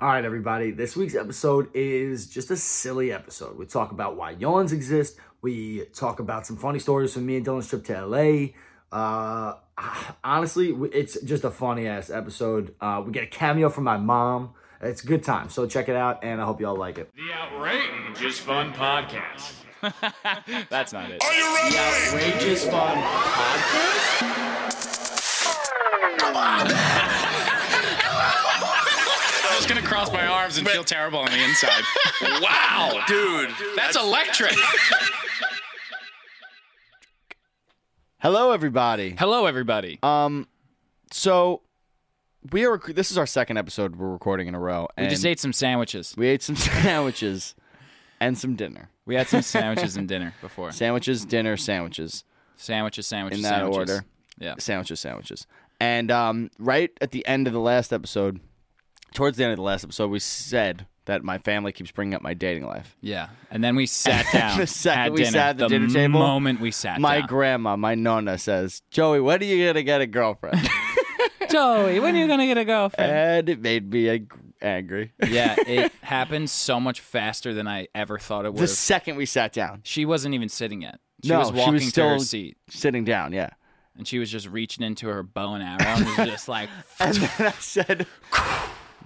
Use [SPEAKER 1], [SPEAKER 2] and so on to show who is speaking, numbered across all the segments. [SPEAKER 1] All right, everybody. This week's episode is just a silly episode. We talk about why yawns exist. We talk about some funny stories from me and Dylan's trip to LA. Uh, honestly, we- it's just a funny ass episode. Uh, we get a cameo from my mom. It's a good time. So check it out, and I hope y'all like it.
[SPEAKER 2] The Outrageous Fun Podcast.
[SPEAKER 3] That's not it.
[SPEAKER 4] Are you ready?
[SPEAKER 2] Outrageous Fun Podcast?
[SPEAKER 3] I was gonna cross my arms and feel terrible on the inside.
[SPEAKER 4] Wow, dude.
[SPEAKER 3] That's electric.
[SPEAKER 5] Hello, everybody.
[SPEAKER 3] Hello, everybody.
[SPEAKER 5] Um, so we are. rec- This is our second episode we're recording in a row. And
[SPEAKER 3] we just ate some sandwiches.
[SPEAKER 5] We ate some sandwiches and some dinner.
[SPEAKER 3] We had some sandwiches and dinner before.
[SPEAKER 5] Sandwiches, dinner, sandwiches,
[SPEAKER 3] Sandwiches, sandwiches,
[SPEAKER 5] In that
[SPEAKER 3] sandwiches.
[SPEAKER 5] order.
[SPEAKER 3] Yeah.
[SPEAKER 5] sandwiches, sandwiches. And um, right at the end of the last episode, towards the end of the last episode, we said that my family keeps bringing up my dating life.
[SPEAKER 3] Yeah. And then we sat down.
[SPEAKER 5] The second
[SPEAKER 3] had
[SPEAKER 5] we
[SPEAKER 3] dinner.
[SPEAKER 5] sat at the dinner table,
[SPEAKER 3] moment we sat
[SPEAKER 5] My
[SPEAKER 3] down.
[SPEAKER 5] grandma, my nonna, says, "Joey, when are you gonna get a girlfriend?"
[SPEAKER 3] Joey, when are you gonna get a girlfriend?
[SPEAKER 5] and it made me ag- angry.
[SPEAKER 3] yeah, it happened so much faster than I ever thought it would.
[SPEAKER 5] the
[SPEAKER 3] have.
[SPEAKER 5] second we sat down,
[SPEAKER 3] she wasn't even sitting yet. She
[SPEAKER 5] No,
[SPEAKER 3] was
[SPEAKER 5] she was
[SPEAKER 3] walking to her
[SPEAKER 5] still-
[SPEAKER 3] seat,
[SPEAKER 5] sitting down, yeah.
[SPEAKER 3] and she was just reaching into her bow and arrow and was just like,
[SPEAKER 5] And then I said,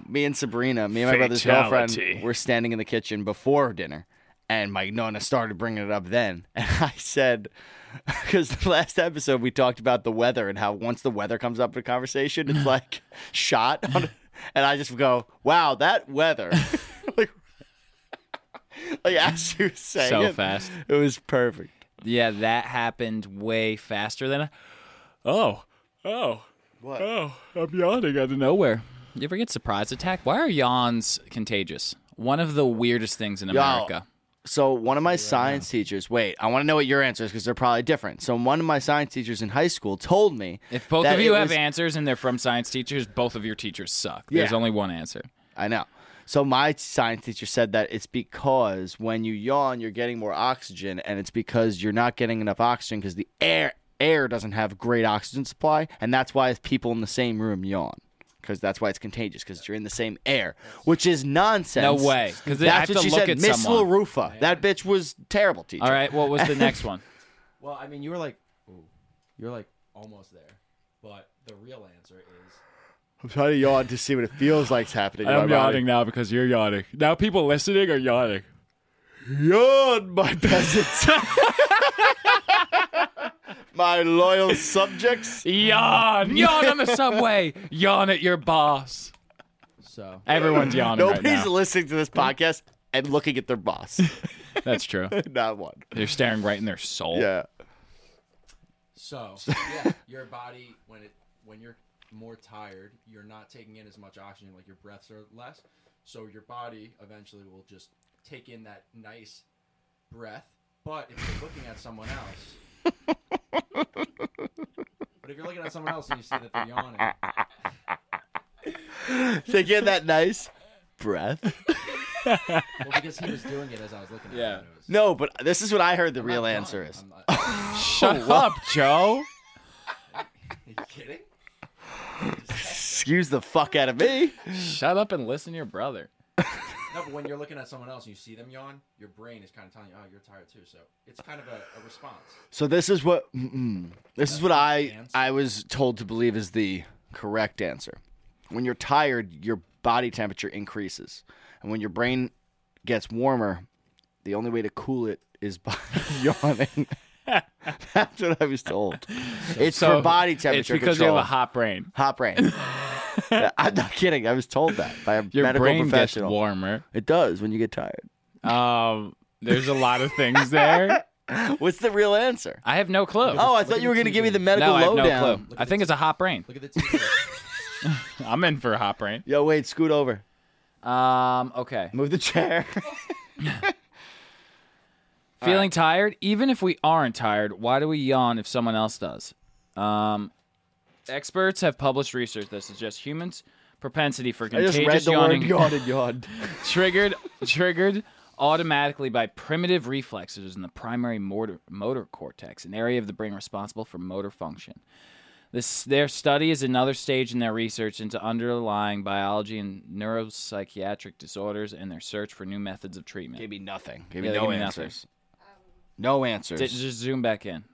[SPEAKER 5] me and Sabrina, me and my brother's girlfriend,
[SPEAKER 2] Fatality.
[SPEAKER 5] were standing in the kitchen before dinner. And my nonna started bringing it up then. And I said, because the last episode we talked about the weather and how once the weather comes up in a conversation, it's like shot. On, and I just go, wow, that weather. like, like, as you were saying
[SPEAKER 3] So
[SPEAKER 5] it,
[SPEAKER 3] fast.
[SPEAKER 5] It was perfect.
[SPEAKER 3] Yeah, that happened way faster than. I- oh, oh,
[SPEAKER 5] What?
[SPEAKER 3] oh! I'm yawning out of nowhere. You ever get surprise attack? Why are yawns contagious? One of the weirdest things in America.
[SPEAKER 5] So one of my science teachers, wait, I want to know what your answer is because they're probably different. So one of my science teachers in high school told me
[SPEAKER 3] If both
[SPEAKER 5] that
[SPEAKER 3] of you
[SPEAKER 5] it
[SPEAKER 3] have
[SPEAKER 5] was-
[SPEAKER 3] answers and they're from science teachers, both of your teachers suck. There's
[SPEAKER 5] Yeah.
[SPEAKER 3] only one answer.
[SPEAKER 5] I know. So my science teacher said that it's because when you yawn, you're getting more oxygen, and it's because you're not getting enough oxygen because the air air doesn't have great oxygen supply, and that's why people in the same room yawn. Because that's why it's contagious. Because you're in the same air, which is nonsense.
[SPEAKER 3] No way, 'cause I
[SPEAKER 5] that's
[SPEAKER 3] have
[SPEAKER 5] what she
[SPEAKER 3] to look
[SPEAKER 5] said.
[SPEAKER 3] at
[SPEAKER 5] Miss
[SPEAKER 3] someone.
[SPEAKER 5] LaRufa, that bitch was terrible teacher.
[SPEAKER 3] All right, what was the next one?
[SPEAKER 6] Well, I mean, you were like, ooh, you were like almost there, but the real answer is
[SPEAKER 5] I'm trying to yawn to see what it feels like's happening. in my body.
[SPEAKER 3] now because you're yawning. Now people listening are yawning.
[SPEAKER 5] Yawn, my peasants. my loyal subjects.
[SPEAKER 3] Yawn, yawn on the subway. Yawn at your boss.
[SPEAKER 6] so.
[SPEAKER 3] Everyone's yawning
[SPEAKER 5] Nobody's
[SPEAKER 3] right now.
[SPEAKER 5] listening to this podcast and looking at their boss.
[SPEAKER 3] That's true.
[SPEAKER 5] Not one.
[SPEAKER 3] They're staring right in their soul.
[SPEAKER 5] Yeah.
[SPEAKER 6] So yeah, your body when it when you're more tired, you're not taking in as much oxygen, like your breaths are less. So your body eventually will just take in that nice breath. But if you're looking at someone else, but if you're looking at someone else and you see that they're yawning,
[SPEAKER 5] They get that nice breath.
[SPEAKER 6] well, because he was doing it as I was looking at
[SPEAKER 3] Yeah.
[SPEAKER 6] him. it was-
[SPEAKER 5] No, but this is what I heard the
[SPEAKER 6] I'm
[SPEAKER 5] real
[SPEAKER 6] not
[SPEAKER 5] answer
[SPEAKER 6] done.
[SPEAKER 5] is.
[SPEAKER 6] I'm not- Are
[SPEAKER 3] Shut
[SPEAKER 5] Oh,
[SPEAKER 3] up, Joe.
[SPEAKER 6] you kidding?
[SPEAKER 5] Excuse the fuck out of me.
[SPEAKER 3] Shut up and listen to your brother.
[SPEAKER 6] No, but when you're looking at someone else and you see them yawn, your brain is kind of telling you, "Oh, you're tired too." So it's kind of a, a response.
[SPEAKER 5] So this is what mm-mm. this is what
[SPEAKER 6] the
[SPEAKER 5] I
[SPEAKER 6] answer.
[SPEAKER 5] I was told to believe is the correct answer. When you're tired, your body temperature increases, and when your brain gets warmer, the only way to cool it is by yawning. That's what I was told. it's for body temperature
[SPEAKER 3] It's because
[SPEAKER 5] control.
[SPEAKER 3] you have a hot brain.
[SPEAKER 5] hot brain. I'm not kidding. I was told that by a
[SPEAKER 3] Your
[SPEAKER 5] medical
[SPEAKER 3] brain gets
[SPEAKER 5] professional.
[SPEAKER 3] warmer.
[SPEAKER 5] It does when you get tired.
[SPEAKER 3] Um, there's a lot of things there.
[SPEAKER 5] What's the real answer?
[SPEAKER 3] I have no clue.
[SPEAKER 5] Oh, I thought you were going to give me the medical
[SPEAKER 3] no, I have no
[SPEAKER 5] lowdown.
[SPEAKER 3] clue. I think it's a hot brain.
[SPEAKER 6] Look at the TV.
[SPEAKER 3] I'm in for a hot brain.
[SPEAKER 5] Yo, wait, scoot over.
[SPEAKER 3] Um, okay.
[SPEAKER 5] Move the chair.
[SPEAKER 3] Feeling tired? Even if we aren't tired, why do we yawn if someone else does? Um, experts have published research that suggests humans' propensity for
[SPEAKER 5] I
[SPEAKER 3] contagious
[SPEAKER 5] just read the
[SPEAKER 3] yawning
[SPEAKER 5] word yawn and yawned.
[SPEAKER 3] triggered triggered automatically by primitive reflexes in the primary motor motor cortex, an area of the brain responsible for motor function. This their study is another stage in their research into underlying biology and neuropsychiatric disorders and their search for new methods of treatment.
[SPEAKER 5] Gave me nothing. Gave me
[SPEAKER 3] Yeah, they
[SPEAKER 5] no
[SPEAKER 3] give me nothing.
[SPEAKER 5] answers. No answers.
[SPEAKER 3] Di- just zoom back in.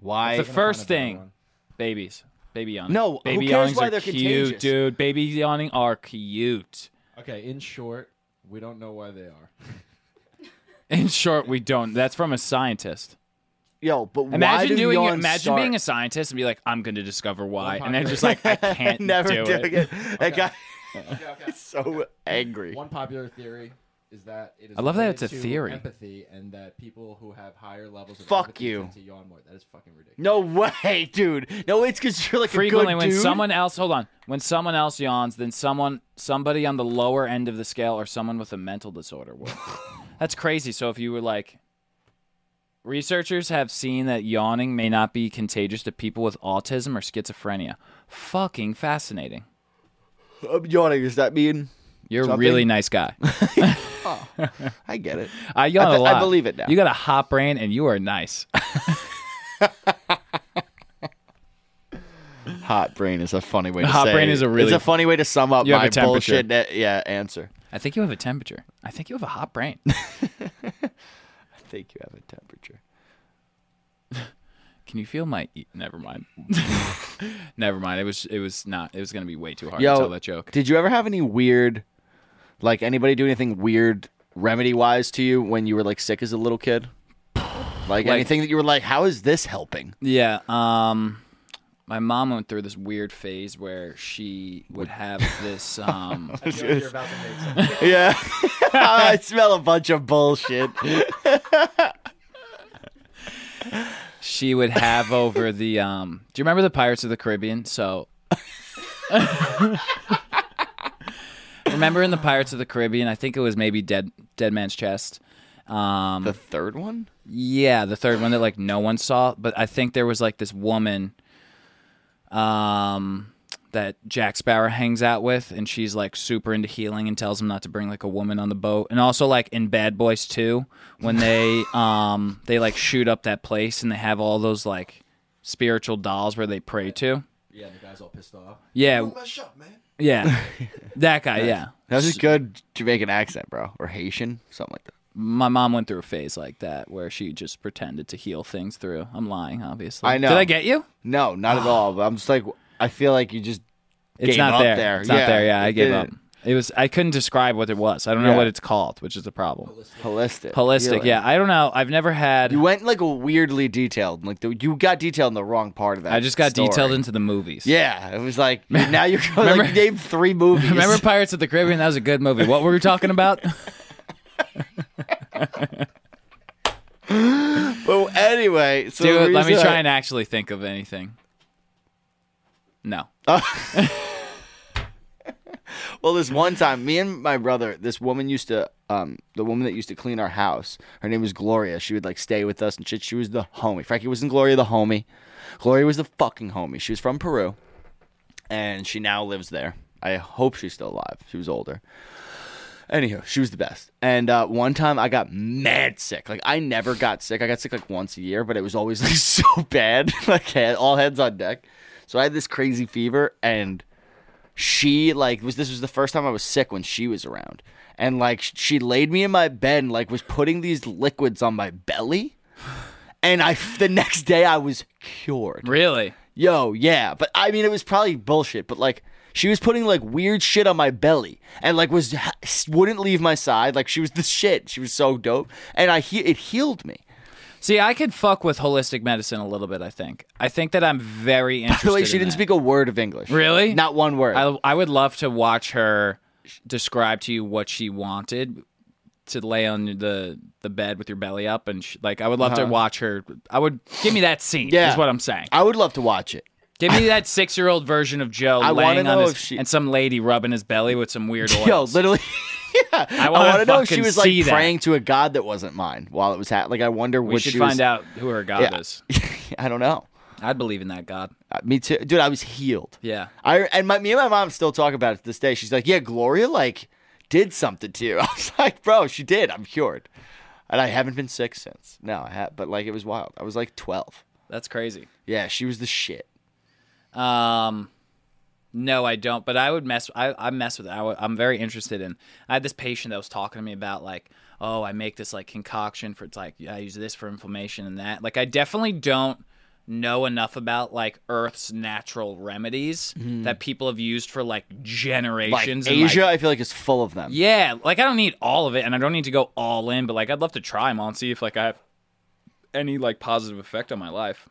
[SPEAKER 5] Why?
[SPEAKER 3] The first thing, babies. Baby yawning.
[SPEAKER 5] No, who
[SPEAKER 3] baby
[SPEAKER 5] cares
[SPEAKER 3] yawnings
[SPEAKER 5] why
[SPEAKER 3] are
[SPEAKER 5] they're
[SPEAKER 3] cute,
[SPEAKER 5] contagious?
[SPEAKER 3] dude. Baby yawning are cute.
[SPEAKER 6] Okay, in short, we don't know why they are.
[SPEAKER 3] In short, we don't. That's from a scientist.
[SPEAKER 5] Yo, but why
[SPEAKER 3] Imagine
[SPEAKER 5] do
[SPEAKER 3] doing.
[SPEAKER 5] yawns
[SPEAKER 3] Imagine
[SPEAKER 5] start? Oh
[SPEAKER 3] being a scientist and be like, "I'm going to discover why,"
[SPEAKER 6] One
[SPEAKER 3] and then just like, "I can't
[SPEAKER 5] Never
[SPEAKER 3] do
[SPEAKER 5] doing
[SPEAKER 3] it."
[SPEAKER 5] it. That guy
[SPEAKER 6] Okay, okay.
[SPEAKER 5] is so angry.
[SPEAKER 6] One popular theory is that it is
[SPEAKER 3] I love that
[SPEAKER 6] related
[SPEAKER 3] it's a
[SPEAKER 6] to
[SPEAKER 3] theory.
[SPEAKER 6] empathy and that people who have higher levels of
[SPEAKER 5] Fuck
[SPEAKER 6] empathy
[SPEAKER 5] you.
[SPEAKER 6] tend to yawn more. That is fucking ridiculous.
[SPEAKER 5] No way, dude. No, it's because you're like
[SPEAKER 3] Frequently,
[SPEAKER 5] a good
[SPEAKER 3] when
[SPEAKER 5] dude.
[SPEAKER 3] someone else, hold on, when someone else yawns, then someone, somebody on the lower end of the scale, or someone with a mental disorder will. That's crazy. So if you were like, researchers have seen that yawning may not be contagious to people with autism or schizophrenia. Fucking fascinating.
[SPEAKER 5] I'm Uh, yawning. Does that mean?
[SPEAKER 3] You're a
[SPEAKER 5] Something?
[SPEAKER 3] really nice guy.
[SPEAKER 5] I get it.
[SPEAKER 3] I yawn
[SPEAKER 5] I
[SPEAKER 3] a
[SPEAKER 5] be- I
[SPEAKER 3] lot.
[SPEAKER 5] believe it now.
[SPEAKER 3] You got a hot brain, and you are nice.
[SPEAKER 5] Hot brain is a funny way to
[SPEAKER 3] Hot
[SPEAKER 5] say
[SPEAKER 3] brain is a really-
[SPEAKER 5] It's a funny way to sum up
[SPEAKER 3] You have
[SPEAKER 5] my
[SPEAKER 3] a temperature.
[SPEAKER 5] bullshit eh, yeah, answer.
[SPEAKER 3] I think you have a temperature. I think you have a hot brain.
[SPEAKER 5] I think you have a temperature.
[SPEAKER 3] Can you feel my? E- Never mind. Never mind. It was. It was not. It was gonna be way too hard
[SPEAKER 5] Yo,
[SPEAKER 3] to tell that joke.
[SPEAKER 5] Did you ever have any weird, like anybody do anything weird remedy wise to you when you were like sick as a little kid? Like, anything that you were like, how is this helping?
[SPEAKER 3] Yeah. Um, my mom went through this weird phase where she would have this. Um,
[SPEAKER 6] I feel like you're about to make something.
[SPEAKER 5] Yeah, Oh, I smell a bunch of bullshit.
[SPEAKER 3] she would have over the. Um, do you remember the Pirates of the Caribbean? So. remember in the Pirates of the Caribbean, I think it was maybe Dead Dead Man's Chest. Um,
[SPEAKER 5] The third one?
[SPEAKER 3] Yeah, the third one that like no one saw, but I think there was like this woman um that Jack Sparrow hangs out with and she's like super into healing and tells him not to bring like a woman on the boat. And also like in Bad Boys 2 when they um they like shoot up that place and they have all those like spiritual dolls where they pray to.
[SPEAKER 6] Yeah, the guy's all pissed off.
[SPEAKER 3] Yeah,
[SPEAKER 6] Mash up, man.
[SPEAKER 3] yeah. That guy, yeah.
[SPEAKER 5] That was a good Jamaican accent, bro, or Haitian, something like that.
[SPEAKER 3] My mom went through a phase like that where she just pretended to heal things through. I'm lying, obviously.
[SPEAKER 5] I know.
[SPEAKER 3] Did I get you?
[SPEAKER 5] No, not at all. But I'm just like, I feel like you just
[SPEAKER 3] It's
[SPEAKER 5] gave
[SPEAKER 3] not
[SPEAKER 5] up
[SPEAKER 3] there.
[SPEAKER 5] there.
[SPEAKER 3] It's not
[SPEAKER 5] Yeah,
[SPEAKER 3] there. Yeah, I
[SPEAKER 5] it
[SPEAKER 3] gave
[SPEAKER 5] didn't.
[SPEAKER 3] up. It was. I couldn't describe what it was. I don't know
[SPEAKER 5] Yeah.
[SPEAKER 3] what it's called, which is the problem.
[SPEAKER 5] holistic.
[SPEAKER 3] Holistic.
[SPEAKER 5] healing.
[SPEAKER 3] Yeah, I don't know. I've never had.
[SPEAKER 5] You went like weirdly detailed. Like the, you got detailed in the wrong part of that.
[SPEAKER 3] I just got
[SPEAKER 5] story.
[SPEAKER 3] detailed into the movies.
[SPEAKER 5] Yeah, it was like now you're going
[SPEAKER 3] Remember-
[SPEAKER 5] like you named three movies.
[SPEAKER 3] Remember Pirates of the Caribbean? That was a good movie. What were we talking about?
[SPEAKER 5] But anyway, so
[SPEAKER 3] Dude, let me
[SPEAKER 5] here's
[SPEAKER 3] try
[SPEAKER 5] a-
[SPEAKER 3] and actually think of anything. No.
[SPEAKER 5] Well, this one time, me and my brother, this woman used to, um, the woman that used to clean our house. Her name was Gloria. She would like stay with us and shit. She was the homie. Frankie wasn't Gloria the homie. Gloria was the fucking homie. She was from Peru, and she now lives there. I hope she's still alive. She was older. Anyhow, she was the best. And uh, one time I got mad sick. Like I never got sick. I got sick like once a year, but it was always like so bad. like head- all heads on deck. So I had this crazy fever, and she like was this was the first time I was sick when she was around. And like sh- she laid me in my bed and like was putting these liquids on my belly. And I the next day I was cured.
[SPEAKER 3] Really?
[SPEAKER 5] Yo, yeah, but I mean, it was probably bullshit. But like, she was putting like weird shit on my belly, and like was wouldn't leave my side. Like she was the shit. She was so dope, and I he- it healed me.
[SPEAKER 3] See, I could fuck with holistic medicine a little bit. I think. I think that I'm very interested.
[SPEAKER 5] By the way, she
[SPEAKER 3] in
[SPEAKER 5] didn't
[SPEAKER 3] that.
[SPEAKER 5] speak a word of English.
[SPEAKER 3] Really?
[SPEAKER 5] Not one word.
[SPEAKER 3] I, I would love to watch her describe to you what she wanted to lay on the the bed with your belly up and sh like I would love to watch her. I would give me that scene.
[SPEAKER 5] Uh-huh. Yeah.
[SPEAKER 3] is what I'm saying.
[SPEAKER 5] I would love to watch it.
[SPEAKER 3] Give me that six year old version of Joe
[SPEAKER 5] I wanna
[SPEAKER 3] laying on
[SPEAKER 5] know
[SPEAKER 3] his
[SPEAKER 5] if she-
[SPEAKER 3] and some lady rubbing his belly with some weird oils.
[SPEAKER 5] Yo, literally. yeah. I
[SPEAKER 3] wanna
[SPEAKER 5] wanna know if she
[SPEAKER 3] fucking
[SPEAKER 5] was
[SPEAKER 3] see
[SPEAKER 5] like
[SPEAKER 3] that.
[SPEAKER 5] praying to a god that wasn't mine while it was happening. Like I wonder
[SPEAKER 3] we
[SPEAKER 5] what
[SPEAKER 3] should
[SPEAKER 5] she
[SPEAKER 3] find
[SPEAKER 5] was-
[SPEAKER 3] out who her god
[SPEAKER 5] Yeah.
[SPEAKER 3] is.
[SPEAKER 5] I don't know.
[SPEAKER 3] I'd believe in that god.
[SPEAKER 5] Uh, Me too, dude. I was healed.
[SPEAKER 3] Yeah.
[SPEAKER 5] I and my me and my mom still talk about it to this day. She's like, "Yeah, Gloria like did something to you." I was like, "Bro, she did. I'm cured." And I haven't been sick since. No, I have, but like it was wild. I was like 12.
[SPEAKER 3] That's crazy.
[SPEAKER 5] Yeah, she was the shit.
[SPEAKER 3] Um, no, I don't. But I would mess. I, I mess with. It. I would, I'm very interested in. I had this patient that was talking to me about like, oh, I make this like concoction for. It's like I use this for inflammation and that. Like I definitely don't know enough about like Earth's natural remedies that people have used for like
[SPEAKER 5] Like
[SPEAKER 3] generations. and, like,
[SPEAKER 5] Asia, I feel like is full of them.
[SPEAKER 3] yeah, like I don't need all of it, and I don't need to go all in. But like I'd love to try them all and see if like I have any like positive effect on my life.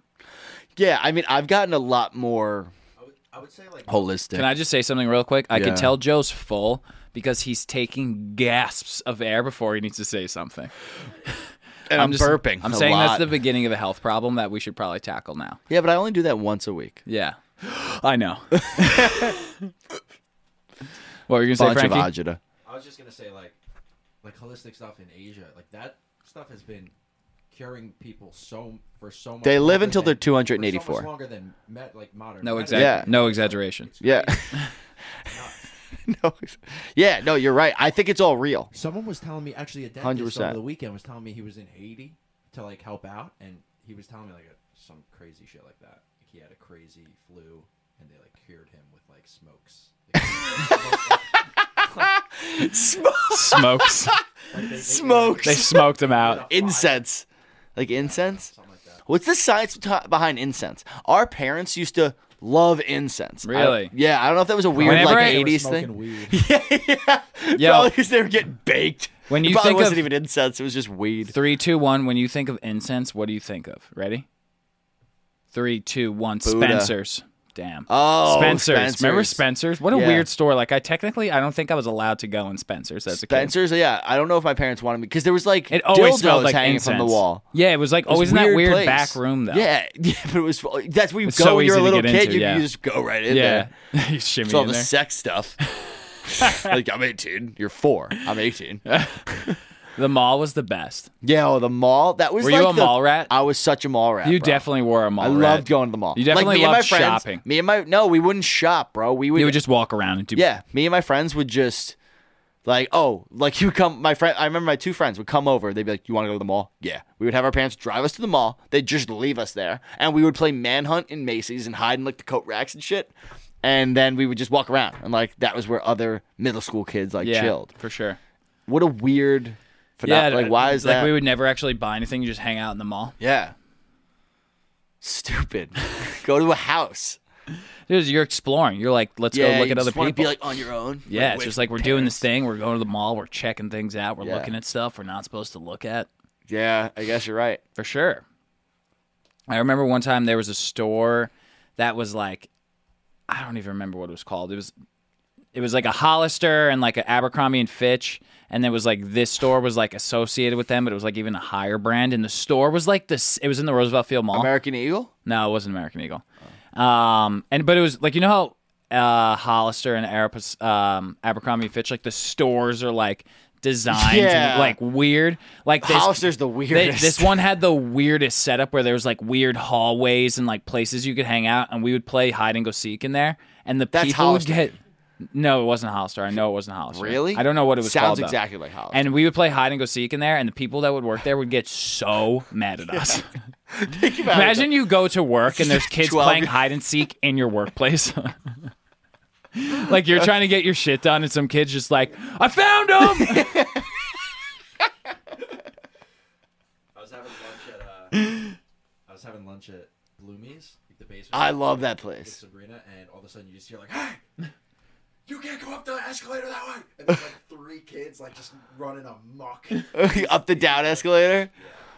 [SPEAKER 5] Yeah, I mean, I've gotten a lot more
[SPEAKER 6] I would, I would say like
[SPEAKER 5] holistic.
[SPEAKER 3] Can I just say something real quick? I
[SPEAKER 5] Yeah.
[SPEAKER 3] can tell Joe's full because he's taking gasps of air before he needs to say something.
[SPEAKER 5] and I'm,
[SPEAKER 3] just-
[SPEAKER 5] burping.
[SPEAKER 3] I'm
[SPEAKER 5] a
[SPEAKER 3] saying
[SPEAKER 5] lot.
[SPEAKER 3] that's the beginning of a health problem that we should probably tackle now.
[SPEAKER 5] yeah, but I only do that once a week.
[SPEAKER 3] Yeah, I know. what were you gonna
[SPEAKER 5] Bunch
[SPEAKER 3] say,
[SPEAKER 5] of
[SPEAKER 3] Frankie?
[SPEAKER 5] agita.
[SPEAKER 6] I was just gonna say like like holistic stuff in Asia, like that stuff has been curing people so for so much.
[SPEAKER 5] They live
[SPEAKER 6] longer
[SPEAKER 5] until
[SPEAKER 6] than-
[SPEAKER 5] they're
[SPEAKER 6] for
[SPEAKER 5] 284.
[SPEAKER 6] So much longer than met, like modern.
[SPEAKER 3] No,
[SPEAKER 6] medicine.
[SPEAKER 3] exactly.
[SPEAKER 5] Yeah.
[SPEAKER 3] No exaggeration.
[SPEAKER 5] Yeah.
[SPEAKER 6] Nuts.
[SPEAKER 5] no. Yeah, no, you're right. I think it's all real.
[SPEAKER 6] Someone was telling me actually a dentist
[SPEAKER 5] 100%.
[SPEAKER 6] over the weekend was telling me he was in Haiti to like help out, and he was telling me like some crazy shit like that. Like he had a crazy flu, and they like cured him with like smokes. Like,
[SPEAKER 3] Smokes.
[SPEAKER 6] they- they-
[SPEAKER 3] They smoked him out.
[SPEAKER 5] Incense. Like incense?
[SPEAKER 6] Something like that.
[SPEAKER 5] What's the science beti- behind incense? Our parents used to love incense. I-
[SPEAKER 3] Really?
[SPEAKER 5] yeah, I don't know if that was a weird
[SPEAKER 3] Whenever I-
[SPEAKER 5] like
[SPEAKER 3] They were
[SPEAKER 5] 80s
[SPEAKER 6] Smoking
[SPEAKER 5] thing.
[SPEAKER 6] weed.
[SPEAKER 5] Yeah, probably because they were getting baked.
[SPEAKER 3] When
[SPEAKER 5] It
[SPEAKER 3] you
[SPEAKER 5] probably
[SPEAKER 3] think
[SPEAKER 5] wasn't
[SPEAKER 3] of-
[SPEAKER 5] even incense; it was just weed.
[SPEAKER 3] Three, two, one. When you think of incense, what do you think of? Ready? Three, two, one. Spencer's. Damn.
[SPEAKER 5] Oh,
[SPEAKER 3] Spencer's. Remember
[SPEAKER 5] Spencer's.
[SPEAKER 3] Spencer's? What a
[SPEAKER 5] Yeah.
[SPEAKER 3] weird store. Like I technically, I don't think I was allowed to go in Spencer's as a kid.
[SPEAKER 5] Spencer's, yeah. I don't know if my parents wanted me because there was like
[SPEAKER 3] It always
[SPEAKER 5] dildos
[SPEAKER 3] smelled like
[SPEAKER 5] hanging
[SPEAKER 3] incense.
[SPEAKER 5] from the wall.
[SPEAKER 3] Yeah, it was like
[SPEAKER 5] It was
[SPEAKER 3] always in that weird
[SPEAKER 5] place.
[SPEAKER 3] back room though.
[SPEAKER 5] Yeah, yeah, but it was that's where you
[SPEAKER 3] It's
[SPEAKER 5] go
[SPEAKER 3] so
[SPEAKER 5] when you're a
[SPEAKER 3] easy to
[SPEAKER 5] little
[SPEAKER 3] get
[SPEAKER 5] kid.
[SPEAKER 3] into,
[SPEAKER 5] you,
[SPEAKER 3] yeah.
[SPEAKER 5] you just go right in
[SPEAKER 3] yeah.
[SPEAKER 5] there.
[SPEAKER 3] you shimmy
[SPEAKER 5] It's all
[SPEAKER 3] in
[SPEAKER 5] the
[SPEAKER 3] there.
[SPEAKER 5] sex stuff. like I'm 18, you're four. I'm 18.
[SPEAKER 3] the mall was the best.
[SPEAKER 5] Yeah, oh, the mall. That was
[SPEAKER 3] Were
[SPEAKER 5] like
[SPEAKER 3] you a
[SPEAKER 5] the-
[SPEAKER 3] mall rat?
[SPEAKER 5] I was such a mall rat.
[SPEAKER 3] you
[SPEAKER 5] bro.
[SPEAKER 3] definitely were a mall.
[SPEAKER 5] I
[SPEAKER 3] rat.
[SPEAKER 5] loved going to the mall.
[SPEAKER 3] You
[SPEAKER 5] like,
[SPEAKER 3] definitely
[SPEAKER 5] me and my
[SPEAKER 3] loved
[SPEAKER 5] friends,
[SPEAKER 3] shopping.
[SPEAKER 5] Me and my no, we wouldn't shop, bro. We would.
[SPEAKER 3] You would just walk around and do.
[SPEAKER 5] yeah, me and my friends would just like oh, like you come. My friend, I remember my two friends would come over. They'd be like, "You want to go to the mall?" Yeah. We would have our parents drive us to the mall. They'd just leave us there, and we would play manhunt in Macy's and hide in like the coat racks and shit. And then we would just walk around, and like that was where other middle school kids like
[SPEAKER 3] yeah,
[SPEAKER 5] chilled.
[SPEAKER 3] for sure.
[SPEAKER 5] What a weird phenomenon. like why is
[SPEAKER 3] like
[SPEAKER 5] that?
[SPEAKER 3] we would never actually buy anything. You just hang out in the mall.
[SPEAKER 5] Yeah. Stupid. Go to a house.
[SPEAKER 3] Dude, you're exploring. You're like, let's
[SPEAKER 5] yeah,
[SPEAKER 3] go look
[SPEAKER 5] you
[SPEAKER 3] at other
[SPEAKER 5] just wanna
[SPEAKER 3] people.
[SPEAKER 5] Be like on your own.
[SPEAKER 3] yeah,
[SPEAKER 5] away
[SPEAKER 3] it's just
[SPEAKER 5] from
[SPEAKER 3] like we're doing this thing. We're going to the mall. We're checking things out. We're
[SPEAKER 5] Yeah.
[SPEAKER 3] looking at stuff we're not supposed to look at.
[SPEAKER 5] Yeah, I guess you're right.
[SPEAKER 3] For sure. I remember one time there was a store that was like, I don't even remember what it was called. It was, it was like a Hollister and like an Abercrombie and Fitch, and it was like this store was like associated with them, but it was like even a higher brand. And the store was like this. It was in the Roosevelt Field Mall.
[SPEAKER 5] American Eagle?
[SPEAKER 3] No, it wasn't American Eagle. Um, and but it was like you know how uh, Hollister and Arapis, um, Abercrombie and Fitch, like the stores are like designed
[SPEAKER 5] Yeah.
[SPEAKER 3] like weird. Like this,
[SPEAKER 5] Hollister's the
[SPEAKER 3] they-
[SPEAKER 5] weirdest.
[SPEAKER 3] this one had the weirdest setup where there was like weird hallways and like places you could hang out, and we would play hide and go seek in there, and the
[SPEAKER 5] That's
[SPEAKER 3] people
[SPEAKER 5] Hollister.
[SPEAKER 3] would get. No, it wasn't Hollister. I know it wasn't Hollister.
[SPEAKER 5] Really?
[SPEAKER 3] I don't know what it was
[SPEAKER 5] Sounds
[SPEAKER 3] called. though.
[SPEAKER 5] exactly like Hollister.
[SPEAKER 3] And we would play hide and go seek in there, and the people that would work there would get so mad at us.
[SPEAKER 5] Think about it.
[SPEAKER 3] Imagine you go to work and there's kids
[SPEAKER 5] 12
[SPEAKER 3] playing
[SPEAKER 5] year-
[SPEAKER 3] hide and seek in your workplace. like you're trying to get your shit done, and some kids just like, I found him.
[SPEAKER 6] I was having lunch at uh, I was having lunch at Bloomy's, like the basement.
[SPEAKER 5] I love that
[SPEAKER 6] with
[SPEAKER 5] place.
[SPEAKER 6] Sabrina, and all of a sudden you just hear like, "Hey, you can't go up the escalator that way!" And there's like three kids like just running amok.
[SPEAKER 5] up the down escalator?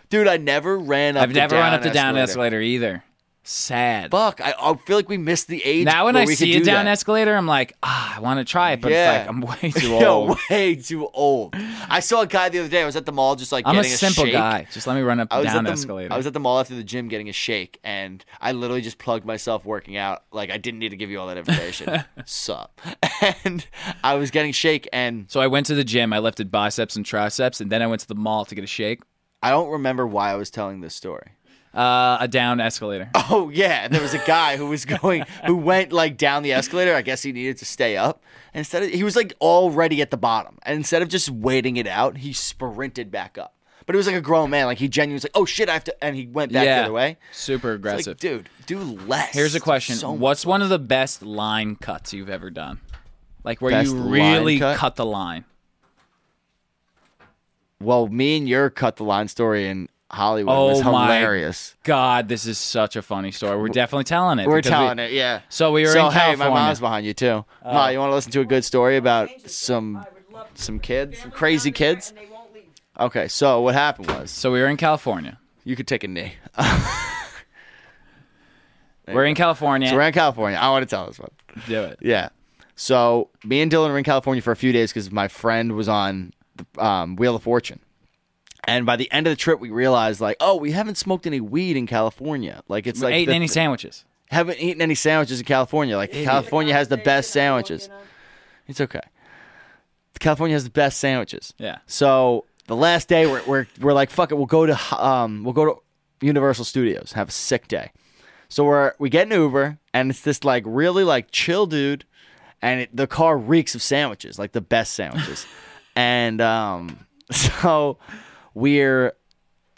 [SPEAKER 5] Dude, I never ran up
[SPEAKER 3] I've
[SPEAKER 5] the
[SPEAKER 3] never
[SPEAKER 5] down
[SPEAKER 3] run up the down
[SPEAKER 5] escalator.
[SPEAKER 3] escalator either. Sad.
[SPEAKER 5] Fuck, I, I feel like we missed the age.
[SPEAKER 3] now when
[SPEAKER 5] where
[SPEAKER 3] I
[SPEAKER 5] we could
[SPEAKER 3] see a
[SPEAKER 5] do
[SPEAKER 3] down
[SPEAKER 5] that.
[SPEAKER 3] escalator, I'm like, ah, I want to try it, but
[SPEAKER 5] Yeah.
[SPEAKER 3] it's like I'm way too old.
[SPEAKER 5] Yo, way too old. I saw a guy the other day. I was at the mall just like
[SPEAKER 3] I'm a
[SPEAKER 5] getting
[SPEAKER 3] simple
[SPEAKER 5] shake.
[SPEAKER 3] guy. Just let me run up the
[SPEAKER 5] I was
[SPEAKER 3] down
[SPEAKER 5] at the
[SPEAKER 3] escalator.
[SPEAKER 5] I was at the mall after the gym getting a shake, and I literally just plugged myself working out. Like I didn't need to give you all that information. Sup? And I was getting shake, and
[SPEAKER 3] so I went to the gym. I lifted biceps and triceps, and then I went to the mall to get a shake.
[SPEAKER 5] I don't remember why I was telling this story.
[SPEAKER 3] Uh, a down escalator.
[SPEAKER 5] Oh yeah, there was a guy who was going, who went like down the escalator. I guess he needed to stay up. And instead of he was like already at the bottom, and instead of just waiting it out, he sprinted back up. But it was like a grown man. Like he genuinely was like, "Oh shit, I have to," and he went back
[SPEAKER 3] yeah,
[SPEAKER 5] the other way.
[SPEAKER 3] Super
[SPEAKER 5] It's
[SPEAKER 3] aggressive.
[SPEAKER 5] like, dude, do less.
[SPEAKER 3] Here's a question:
[SPEAKER 5] So
[SPEAKER 3] What's one of the best line cuts you've ever done? Like where
[SPEAKER 5] Best
[SPEAKER 3] you
[SPEAKER 5] line
[SPEAKER 3] really
[SPEAKER 5] cut?
[SPEAKER 3] cut? the line.
[SPEAKER 5] well, me and your cut the line story in Hollywood was
[SPEAKER 3] Oh my-
[SPEAKER 5] hilarious.
[SPEAKER 3] God, this is such a funny story. We're definitely telling it.
[SPEAKER 5] We're
[SPEAKER 3] because we-
[SPEAKER 5] telling it, yeah.
[SPEAKER 3] So we were
[SPEAKER 5] so
[SPEAKER 3] in
[SPEAKER 5] hey,
[SPEAKER 3] California. Uh,
[SPEAKER 5] my mom's behind you too. Ma, you want to listen to a good story about some some kids, some crazy kids? Okay, so what happened was
[SPEAKER 3] So we were in California.
[SPEAKER 5] you could take a knee.
[SPEAKER 3] We're in California.
[SPEAKER 5] So we're in California. I want to tell this one.
[SPEAKER 3] Do it.
[SPEAKER 5] Yeah. So me and Dylan were in California for a few days because my friend was on um, Wheel of Fortune. And by the end of the trip, we realized like, oh, we haven't smoked any weed in California. Like it's like
[SPEAKER 3] Ate
[SPEAKER 5] the-
[SPEAKER 3] any sandwiches.
[SPEAKER 5] haven't eaten any sandwiches in California. Like California has the best sandwiches. It's okay. California has the best sandwiches.
[SPEAKER 3] Yeah.
[SPEAKER 5] So the last day we're we're, we're like fuck it, we'll go to um we'll go to Universal Studios, have a sick day. So we're we get an Uber and it's this like really like chill dude and it, the car reeks of sandwiches, like the best sandwiches. and um so we're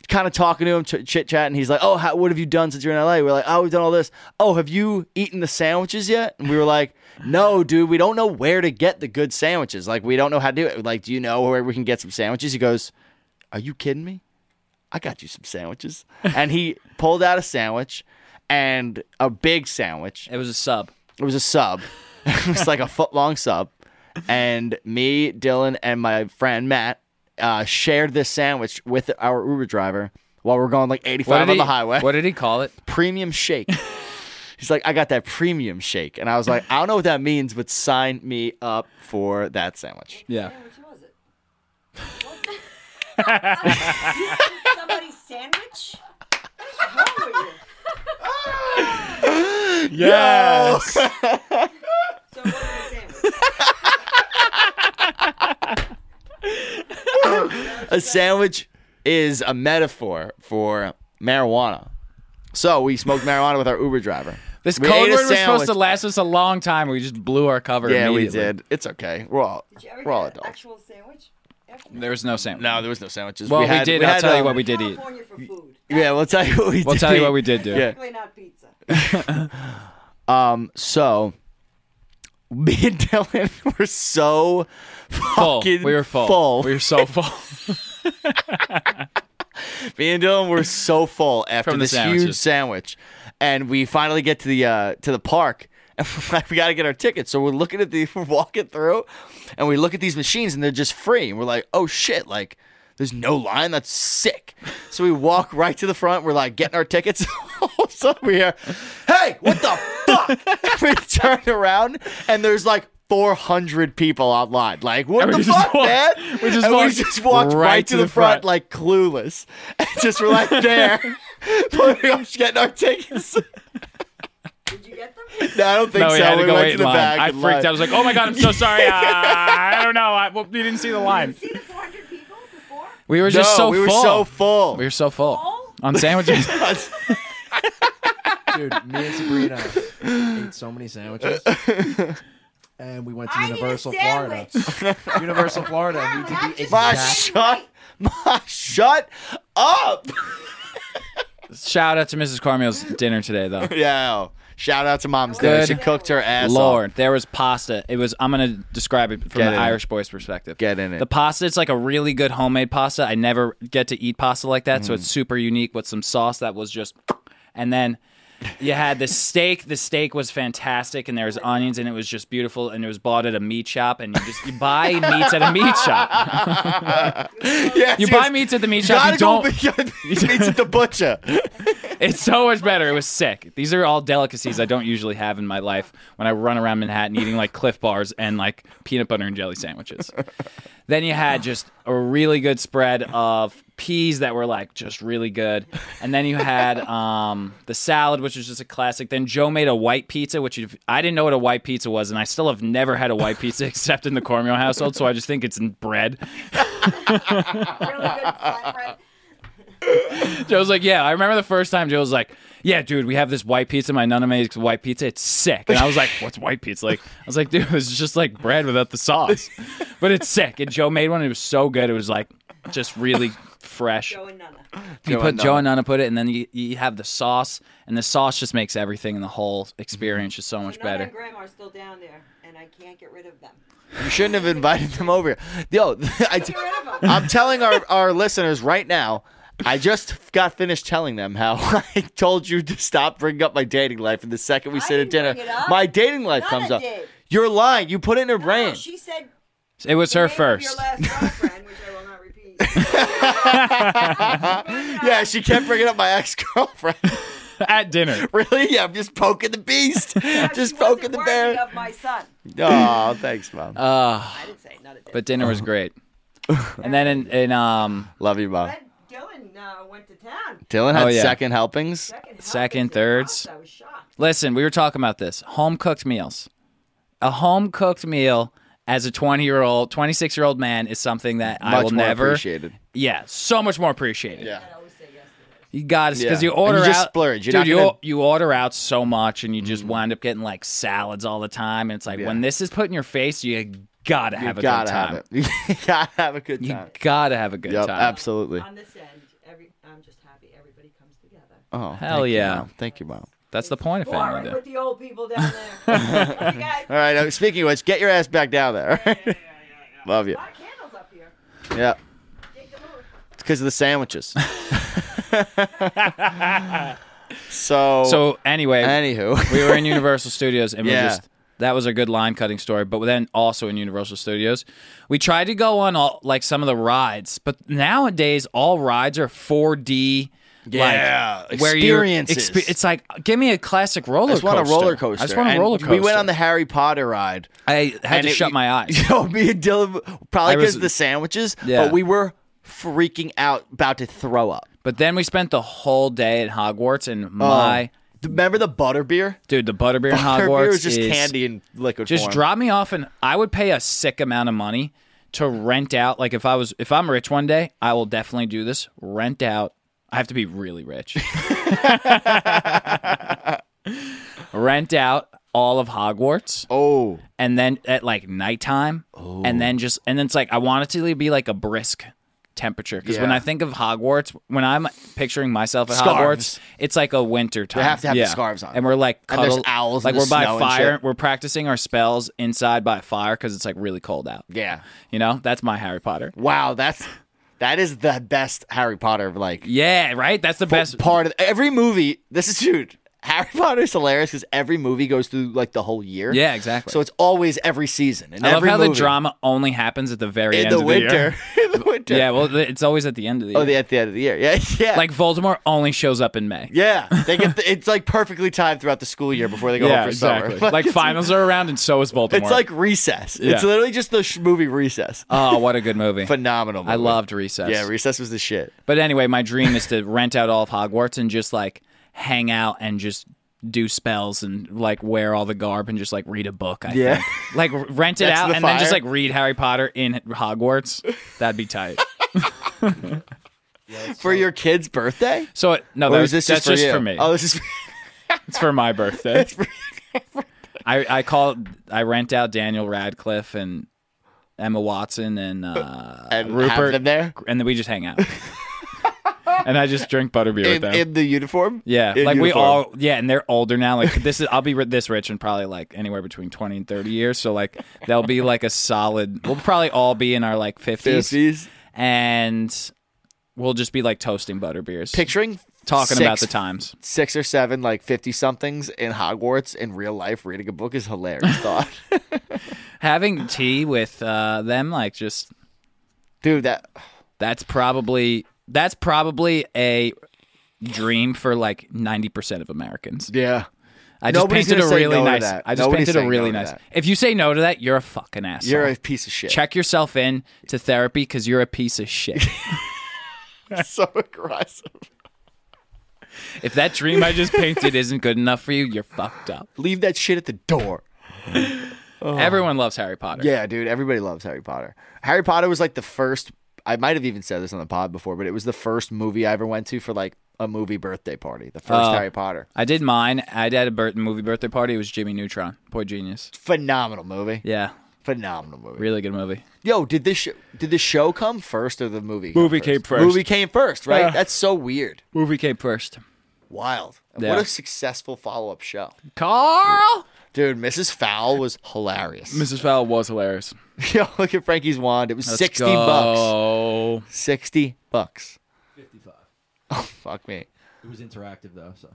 [SPEAKER 5] kind of talking to him, ch- chit chatting. He's like, "Oh, how, what have you done since you're in LA?" We're like, "Oh, we've done all this." Oh, have you eaten the sandwiches yet? And we were like, "No, dude, we don't know where to get the good sandwiches. Like, we don't know how to do it. Like, do you know where we can get some sandwiches?" He goes, "Are you kidding me? I got you some sandwiches." and he pulled out a sandwich, and a big sandwich.
[SPEAKER 3] It was a sub.
[SPEAKER 5] It was a sub. it was like a foot long sub. And me, Dylan, and my friend Matt uh, shared this sandwich with our Uber driver while we're going like 85
[SPEAKER 3] did
[SPEAKER 5] on
[SPEAKER 3] he,
[SPEAKER 5] the highway.
[SPEAKER 3] What did he call it?
[SPEAKER 5] Premium shake. He's like, I got that premium shake. And I was like, I don't know what that means, but sign me up for that sandwich.
[SPEAKER 3] Yeah.
[SPEAKER 7] was it? Somebody's sandwich? What's wrong with you?
[SPEAKER 3] Yes.
[SPEAKER 7] So what was the sandwich?
[SPEAKER 5] A sandwich is a metaphor for marijuana. So we smoked marijuana with our Uber driver.
[SPEAKER 3] This
[SPEAKER 5] We
[SPEAKER 3] code
[SPEAKER 5] ate a
[SPEAKER 3] word was supposed
[SPEAKER 5] sandwich.
[SPEAKER 3] to last us a long time. We just blew our cover.
[SPEAKER 5] Yeah, we
[SPEAKER 3] immediately.
[SPEAKER 5] did. It's okay. We're all,
[SPEAKER 7] Did you ever
[SPEAKER 5] we're all
[SPEAKER 7] get an
[SPEAKER 5] adults.
[SPEAKER 7] actual sandwich? After
[SPEAKER 3] There was no sandwich.
[SPEAKER 5] No, there was no sandwiches.
[SPEAKER 3] Well, we,
[SPEAKER 5] had-
[SPEAKER 3] did. I'll
[SPEAKER 5] had,
[SPEAKER 3] tell you
[SPEAKER 5] um,
[SPEAKER 3] what we did eat.
[SPEAKER 7] California for food.
[SPEAKER 5] Yeah, we'll tell you what we.
[SPEAKER 3] We'll
[SPEAKER 5] did
[SPEAKER 3] tell you
[SPEAKER 5] eat.
[SPEAKER 3] what we did do.
[SPEAKER 5] Yeah.
[SPEAKER 7] Definitely not pizza.
[SPEAKER 5] Um. So, me and Dylan were so
[SPEAKER 3] Full.
[SPEAKER 5] fucking
[SPEAKER 3] We were full.
[SPEAKER 5] full.
[SPEAKER 3] We were so full.
[SPEAKER 5] me and Dylan were so full after
[SPEAKER 3] From the
[SPEAKER 5] this huge
[SPEAKER 3] sandwiches.
[SPEAKER 5] sandwich, and we finally get to the uh, to the park. And we're like, we got to get our tickets. So we're looking at the, we're walking through, and we look at these machines, and they're just free. And we're like, oh shit, like there's no line. That's sick. So we walk right to the front. We're like getting our tickets. All of a sudden we hear, hey, what the fuck? we turn around, and there's like. 400 people online. Like, what
[SPEAKER 3] And we
[SPEAKER 5] the
[SPEAKER 3] just
[SPEAKER 5] fuck,
[SPEAKER 3] walked-
[SPEAKER 5] man?
[SPEAKER 3] we just
[SPEAKER 5] and we
[SPEAKER 3] walked
[SPEAKER 5] just walked right, to, the, front, like clueless. And just were like there, putting up, getting our tickets. No,
[SPEAKER 7] Did you get them?
[SPEAKER 5] I don't think
[SPEAKER 3] no, we
[SPEAKER 5] so.
[SPEAKER 3] had to
[SPEAKER 5] we
[SPEAKER 3] go
[SPEAKER 5] went
[SPEAKER 3] wait
[SPEAKER 5] to
[SPEAKER 3] in
[SPEAKER 5] the
[SPEAKER 3] line.
[SPEAKER 5] back.
[SPEAKER 3] I
[SPEAKER 5] and
[SPEAKER 3] freaked.
[SPEAKER 5] lied.
[SPEAKER 3] out. I was like, "Oh my god, I'm so sorry. Uh, I don't know. I, well, you didn't see the line.
[SPEAKER 7] See the 400 people before?
[SPEAKER 3] We were
[SPEAKER 5] no,
[SPEAKER 3] just so
[SPEAKER 5] we were
[SPEAKER 3] full.
[SPEAKER 5] so full.
[SPEAKER 3] we were so full
[SPEAKER 7] All?
[SPEAKER 3] on sandwiches.
[SPEAKER 6] Dude, me and Sabrina ate so many sandwiches. And we went to
[SPEAKER 7] I need a
[SPEAKER 6] Universal Florida. Universal Florida. and We
[SPEAKER 7] I
[SPEAKER 6] did the
[SPEAKER 7] just-
[SPEAKER 5] Ma,
[SPEAKER 6] exact
[SPEAKER 5] shut, Ma, shut up.
[SPEAKER 3] Shout out to Mrs. Carmel's dinner today, though.
[SPEAKER 5] Yeah. Shout out to mom's day.
[SPEAKER 3] Good
[SPEAKER 5] She cooked her ass
[SPEAKER 3] Lord,
[SPEAKER 5] off.
[SPEAKER 3] there was pasta. It was. I'm gonna describe it from
[SPEAKER 5] Get in
[SPEAKER 3] the
[SPEAKER 5] it.
[SPEAKER 3] Irish boy's perspective.
[SPEAKER 5] Get in it.
[SPEAKER 3] The pasta. It's like a really good homemade pasta. I never get to eat pasta like that, so
[SPEAKER 5] Mm.
[SPEAKER 3] it's super unique with some sauce that was just. And then you had the steak. The steak was fantastic, and there was onions, and it was just beautiful. And it was bought at a meat shop, and you just you buy meats at a meat shop.
[SPEAKER 5] Yeah,
[SPEAKER 3] You
[SPEAKER 5] she
[SPEAKER 3] buy
[SPEAKER 5] goes,
[SPEAKER 3] meats at the meat
[SPEAKER 5] "You
[SPEAKER 3] shop.
[SPEAKER 5] Gotta
[SPEAKER 3] You
[SPEAKER 5] go
[SPEAKER 3] don't.
[SPEAKER 5] meet meet at the butcher.
[SPEAKER 3] It's so much better. It was sick. These are all delicacies I don't usually have in my life when I run around Manhattan eating like Cliff Bars and like peanut butter and jelly sandwiches. then you had just a really good spread of peas that were like just really good. And then you had um, the salad, which was just a classic. Then Joe made a white pizza, which if- I didn't know what a white pizza was. And I still have never had a white pizza except in the Cormio household. So I just think it's in bread.
[SPEAKER 7] Really good flatbread.
[SPEAKER 3] Joe's like, yeah. I remember the first time Joe was like, yeah, dude, we have this white pizza. My nana makes white pizza. It's sick. And I was like, what's white pizza? Like, I was like, dude, it's just like bread without the sauce, but it's sick. And Joe made one. It was so good. It was like just really fresh.
[SPEAKER 7] Joe and Nana.
[SPEAKER 3] you
[SPEAKER 5] Joe
[SPEAKER 3] put
[SPEAKER 5] and
[SPEAKER 3] Joe
[SPEAKER 5] Nana.
[SPEAKER 3] and Nana put it, and then you, you have the sauce, and the sauce just makes everything and the whole experience just so much
[SPEAKER 7] so Nana
[SPEAKER 3] better.
[SPEAKER 7] and Grandma are still down there, and I can't get rid of them.
[SPEAKER 5] You shouldn't have invited them over. Yo, I t-
[SPEAKER 7] Get rid of them.
[SPEAKER 5] I'm telling our, our listeners right now. I just got finished telling them how I told you to stop bringing up my dating life, and the second we
[SPEAKER 7] I
[SPEAKER 5] sit at
[SPEAKER 7] didn't
[SPEAKER 5] dinner,
[SPEAKER 7] bring it up.
[SPEAKER 5] my dating life
[SPEAKER 7] Nana
[SPEAKER 5] comes up.
[SPEAKER 7] did.
[SPEAKER 5] You're lying. You put it in her
[SPEAKER 7] No,
[SPEAKER 5] brain.
[SPEAKER 7] she said
[SPEAKER 3] It was
[SPEAKER 7] the
[SPEAKER 3] her
[SPEAKER 7] name of
[SPEAKER 3] first.
[SPEAKER 7] Your last girlfriend, which I will not repeat.
[SPEAKER 5] yeah, she kept bringing up my ex girlfriend.
[SPEAKER 3] At dinner.
[SPEAKER 5] really? Yeah, I'm just poking the beast,
[SPEAKER 7] Yeah, she
[SPEAKER 5] just
[SPEAKER 7] wasn't
[SPEAKER 5] poking the
[SPEAKER 7] worthy
[SPEAKER 5] bear.
[SPEAKER 7] Of Uh, my son.
[SPEAKER 5] Oh, thanks, mom.
[SPEAKER 7] I didn't say not a dick.
[SPEAKER 3] Uh, But dinner was great. And then in, in um
[SPEAKER 5] Love you, mom.
[SPEAKER 7] But Dylan uh, went to town.
[SPEAKER 5] Dylan had
[SPEAKER 3] Oh, yeah.
[SPEAKER 5] second helpings.
[SPEAKER 3] Second,
[SPEAKER 7] Second, helpings in the house,
[SPEAKER 3] thirds.
[SPEAKER 7] I was shocked.
[SPEAKER 3] listen, we were talking about this. Home cooked meals. A home cooked meal as a twenty year old, twenty six year old man is something that I
[SPEAKER 5] Much
[SPEAKER 3] will
[SPEAKER 5] more
[SPEAKER 3] never
[SPEAKER 5] appreciated.
[SPEAKER 3] Yeah, so much more appreciated.
[SPEAKER 5] Yeah.
[SPEAKER 7] I always say yes to that.
[SPEAKER 3] You got to because
[SPEAKER 5] Yeah.
[SPEAKER 3] you
[SPEAKER 5] And you
[SPEAKER 3] order
[SPEAKER 5] just
[SPEAKER 3] out.
[SPEAKER 5] splurge. You're
[SPEAKER 3] dude,
[SPEAKER 5] not
[SPEAKER 3] you,
[SPEAKER 5] gonna- Mm-hmm.
[SPEAKER 3] o- you order out so much, and you just wind up getting like salads all the time. And it's like when this is put in your face, you gotta
[SPEAKER 5] You
[SPEAKER 3] have a
[SPEAKER 5] gotta
[SPEAKER 3] good
[SPEAKER 5] have
[SPEAKER 3] time.
[SPEAKER 5] it. You gotta have a good
[SPEAKER 3] You
[SPEAKER 5] time.
[SPEAKER 3] gotta have a good
[SPEAKER 5] Yep,
[SPEAKER 3] time.
[SPEAKER 5] absolutely.
[SPEAKER 7] On this end, every I'm just happy everybody comes together.
[SPEAKER 5] Oh,
[SPEAKER 3] Hell
[SPEAKER 5] thank you,
[SPEAKER 3] yeah.
[SPEAKER 5] Mom. thank you, mom.
[SPEAKER 3] That's the point of
[SPEAKER 7] Boring
[SPEAKER 3] family. Day.
[SPEAKER 7] with the old people down there. hey guys,
[SPEAKER 5] All right. uh, Speaking of which, get your ass back down there. all right? Love
[SPEAKER 7] a
[SPEAKER 5] you.
[SPEAKER 7] lot of candles up here.
[SPEAKER 5] Yeah.
[SPEAKER 7] Take them over.
[SPEAKER 5] It's because of the sandwiches. so,
[SPEAKER 3] So anyway,
[SPEAKER 5] anywho,
[SPEAKER 3] we were in Universal Studios, and
[SPEAKER 5] Yeah.
[SPEAKER 3] we just that was a good line cutting story. But then also in Universal Studios, we tried to go on all like some of the rides, but nowadays all rides are 4D.
[SPEAKER 5] Yeah,
[SPEAKER 3] like, where you're-
[SPEAKER 5] experiences.
[SPEAKER 3] expe- it's like give me a classic roller
[SPEAKER 5] I just
[SPEAKER 3] coaster.
[SPEAKER 5] want a roller coaster.
[SPEAKER 3] I just want a
[SPEAKER 5] And
[SPEAKER 3] roller coaster.
[SPEAKER 5] We went on the Harry Potter ride.
[SPEAKER 3] I had
[SPEAKER 5] and
[SPEAKER 3] to
[SPEAKER 5] it-
[SPEAKER 3] shut my eyes.
[SPEAKER 5] Yo, me and Dylan, probably
[SPEAKER 3] I
[SPEAKER 5] because
[SPEAKER 3] was-
[SPEAKER 5] of the sandwiches,
[SPEAKER 3] Yeah.
[SPEAKER 5] but we were freaking out, about to throw up.
[SPEAKER 3] But then we spent the whole day at Hogwarts,
[SPEAKER 5] Oh.
[SPEAKER 3] and my
[SPEAKER 5] Remember the butterbeer?
[SPEAKER 3] dude, the butterbeer in
[SPEAKER 5] Butterbeer
[SPEAKER 3] Hogwarts
[SPEAKER 5] was just
[SPEAKER 3] is-
[SPEAKER 5] candy and liquid
[SPEAKER 3] Just
[SPEAKER 5] form.
[SPEAKER 3] drop me off, and I would pay a sick amount of money to rent out. Like if I was, if I'm rich one day, I will definitely do this. Rent out. I have to be really rich. rent out all of Hogwarts.
[SPEAKER 5] Oh,
[SPEAKER 3] and then at like nighttime, and then just and then it's like I want it to be like a brisk temperature because when
[SPEAKER 5] Yeah.
[SPEAKER 3] I think of Hogwarts, when I'm picturing myself at
[SPEAKER 5] Scarves.
[SPEAKER 3] Hogwarts, it's like a winter time.
[SPEAKER 5] have to have the
[SPEAKER 3] yeah.
[SPEAKER 5] scarves on.
[SPEAKER 3] and we're like
[SPEAKER 5] And there's
[SPEAKER 3] cuddled,
[SPEAKER 5] owls
[SPEAKER 3] like
[SPEAKER 5] in the
[SPEAKER 3] we're by
[SPEAKER 5] snow and
[SPEAKER 3] fire.
[SPEAKER 5] shit.
[SPEAKER 3] We're practicing our spells inside by fire because it's like really cold out.
[SPEAKER 5] yeah.
[SPEAKER 3] You know, that's my Harry Potter.
[SPEAKER 5] Wow, that's that is the best Harry Potter like
[SPEAKER 3] Yeah, right. That's the best
[SPEAKER 5] part of every movie. This is dude. Harry Potter is hilarious because every movie goes through like the whole year.
[SPEAKER 3] Yeah, exactly.
[SPEAKER 5] So it's always every season. And
[SPEAKER 3] I love
[SPEAKER 5] every
[SPEAKER 3] how the
[SPEAKER 5] movie.
[SPEAKER 3] drama only happens at the very
[SPEAKER 5] in
[SPEAKER 3] end
[SPEAKER 5] the
[SPEAKER 3] of
[SPEAKER 5] winter. in the
[SPEAKER 3] The
[SPEAKER 5] winter.
[SPEAKER 3] year. Yeah, well, it's always at the end of the year.
[SPEAKER 5] Oh, the, at the end of the year. Yeah, yeah.
[SPEAKER 3] like Voldemort only shows up in May.
[SPEAKER 5] yeah. They get the, it's like perfectly timed throughout the school year before they go home for summer.
[SPEAKER 3] Like
[SPEAKER 5] it's,
[SPEAKER 3] finals are around, and so is Voldemort.
[SPEAKER 5] It's like recess. It's
[SPEAKER 3] Yeah.
[SPEAKER 5] literally just the sh- movie recess. Uh,
[SPEAKER 3] oh, what a good movie!
[SPEAKER 5] Phenomenal.
[SPEAKER 3] I
[SPEAKER 5] movie.
[SPEAKER 3] loved Recess.
[SPEAKER 5] Yeah, recess was the shit.
[SPEAKER 3] but anyway, my dream is to rent out all of Hogwarts and just like hang out and just do spells and like wear all the garb and just like read a book. I
[SPEAKER 5] Yeah.
[SPEAKER 3] think. like r- rent it
[SPEAKER 5] Next to
[SPEAKER 3] out
[SPEAKER 5] the
[SPEAKER 3] and then just
[SPEAKER 5] fire.
[SPEAKER 3] like read Harry Potter in Hogwarts. That'd be tight.
[SPEAKER 5] For your kid's birthday?
[SPEAKER 3] So it- no,
[SPEAKER 5] Or
[SPEAKER 3] that
[SPEAKER 5] is
[SPEAKER 3] was,
[SPEAKER 5] this
[SPEAKER 3] that's
[SPEAKER 5] just for, you?
[SPEAKER 3] me.
[SPEAKER 5] Oh, this is
[SPEAKER 3] It's for my birthday. I I call I rent out Daniel Radcliffe and Emma Watson and uh,
[SPEAKER 5] and
[SPEAKER 3] Rupert
[SPEAKER 5] have them there
[SPEAKER 3] and then we just hang out. and I just drink butterbeer with
[SPEAKER 5] in,
[SPEAKER 3] them.
[SPEAKER 5] in the uniform.
[SPEAKER 3] yeah,
[SPEAKER 5] In
[SPEAKER 3] like we
[SPEAKER 5] uniform.
[SPEAKER 3] all yeah, and they're older now. Like this is I'll be ri- this rich in probably like anywhere between 20 and 30 years, so like they'll be like a solid we'll probably all be in our like 50s,
[SPEAKER 5] Fifties.
[SPEAKER 3] and we'll just be like toasting butterbeers.
[SPEAKER 5] Picturing
[SPEAKER 3] talking
[SPEAKER 5] six,
[SPEAKER 3] about the times.
[SPEAKER 5] six or seven like fifty somethings in Hogwarts in real life reading a book is hilarious thought.
[SPEAKER 3] Having tea with uh them like just
[SPEAKER 5] Dude, that
[SPEAKER 3] that's probably that's probably a dream for like 90% of Americans.
[SPEAKER 5] yeah.
[SPEAKER 3] I just
[SPEAKER 5] Nobody's
[SPEAKER 3] painted a
[SPEAKER 5] gonna say
[SPEAKER 3] really
[SPEAKER 5] no to
[SPEAKER 3] nice.
[SPEAKER 5] that.
[SPEAKER 3] I just
[SPEAKER 5] Nobody's
[SPEAKER 3] painted a
[SPEAKER 5] saying no
[SPEAKER 3] really
[SPEAKER 5] to
[SPEAKER 3] nice.
[SPEAKER 5] that.
[SPEAKER 3] If you say no to that, you're a fucking asshole.
[SPEAKER 5] You're a piece of shit.
[SPEAKER 3] Check yourself in to therapy because you're a piece of shit.
[SPEAKER 5] so aggressive.
[SPEAKER 3] if that dream I just painted isn't good enough for you, you're fucked up.
[SPEAKER 5] Leave that shit at the door.
[SPEAKER 3] Everyone loves Harry Potter.
[SPEAKER 5] Oh. Yeah, dude, everybody loves Harry Potter. Harry Potter was like the first I might have even said this on the pod before, but it was the first movie I ever went to for like a movie birthday party. The first
[SPEAKER 3] Uh.
[SPEAKER 5] Harry Potter.
[SPEAKER 3] I did mine. I did a bir- movie birthday party. It was Jimmy Neutron. Boy genius.
[SPEAKER 5] Phenomenal movie.
[SPEAKER 3] Yeah.
[SPEAKER 5] Phenomenal movie.
[SPEAKER 3] Really good movie.
[SPEAKER 5] Yo, did this sh- did the show come first or the movie? come
[SPEAKER 3] Movie came first.
[SPEAKER 5] Movie came first, right?
[SPEAKER 3] Yeah.
[SPEAKER 5] That's so weird.
[SPEAKER 3] Movie came first.
[SPEAKER 5] Wild.
[SPEAKER 3] Yeah.
[SPEAKER 5] What a successful follow up show,
[SPEAKER 3] Carl.
[SPEAKER 5] dude. Mrs. Fowl was hilarious.
[SPEAKER 3] Mrs. Fowl was hilarious.
[SPEAKER 5] Yo, look at Frankie's wand. It was
[SPEAKER 3] Let's
[SPEAKER 5] sixty bucks. Oh
[SPEAKER 3] go.
[SPEAKER 5] Sixty bucks.
[SPEAKER 6] 55.
[SPEAKER 5] Oh fuck me.
[SPEAKER 6] It was interactive though, so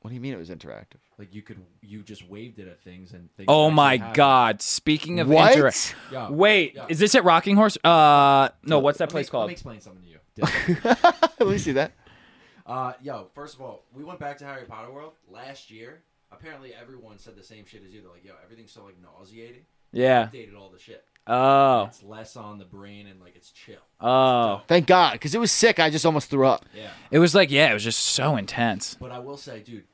[SPEAKER 5] What do you mean it was interactive?
[SPEAKER 6] like you could you just waved it at things and things
[SPEAKER 3] Oh
[SPEAKER 6] actually
[SPEAKER 3] my
[SPEAKER 6] happened.
[SPEAKER 3] God! Speaking of
[SPEAKER 5] What?
[SPEAKER 3] interact,
[SPEAKER 6] Yeah.
[SPEAKER 3] wait,
[SPEAKER 6] Yeah.
[SPEAKER 3] is this at Rocking Horse? Uh, no, what's that
[SPEAKER 6] Let me-
[SPEAKER 3] place
[SPEAKER 6] Let me
[SPEAKER 3] called?
[SPEAKER 6] explain something to you. Dylan.
[SPEAKER 5] Let me see that.
[SPEAKER 6] Uh, yo, first of all, we went back to Harry Potter World last year. Apparently, everyone said the same shit as you. They're like, yo, everything's so like nauseating.
[SPEAKER 3] Yeah.
[SPEAKER 6] Updated all the shit.
[SPEAKER 3] Oh,
[SPEAKER 6] It's less on the brain and like it's chill.
[SPEAKER 3] oh,
[SPEAKER 5] Thank God, because it was sick. I just almost threw up.
[SPEAKER 6] Yeah.
[SPEAKER 3] it was like yeah, it was just so intense.
[SPEAKER 6] But I will say, dude,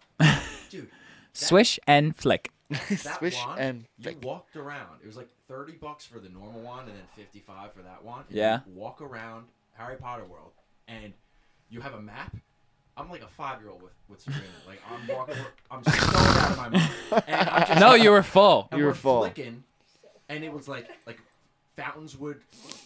[SPEAKER 6] dude,
[SPEAKER 3] Swish and flick.
[SPEAKER 6] that
[SPEAKER 5] Swish
[SPEAKER 6] wand,
[SPEAKER 5] and
[SPEAKER 6] you
[SPEAKER 5] flick.
[SPEAKER 6] walked around. It was like thirty bucks for the normal wand and then fifty five for that wand. And
[SPEAKER 3] Yeah.
[SPEAKER 6] you walk around Harry Potter World and you have a map. I'm like a five year old with with Sabrina. Like I'm walking, I'm so out of my mind. And I'm just
[SPEAKER 3] No, you were full.
[SPEAKER 6] and
[SPEAKER 5] You
[SPEAKER 6] we're
[SPEAKER 5] were full.
[SPEAKER 6] flicking, and it was like like fountains would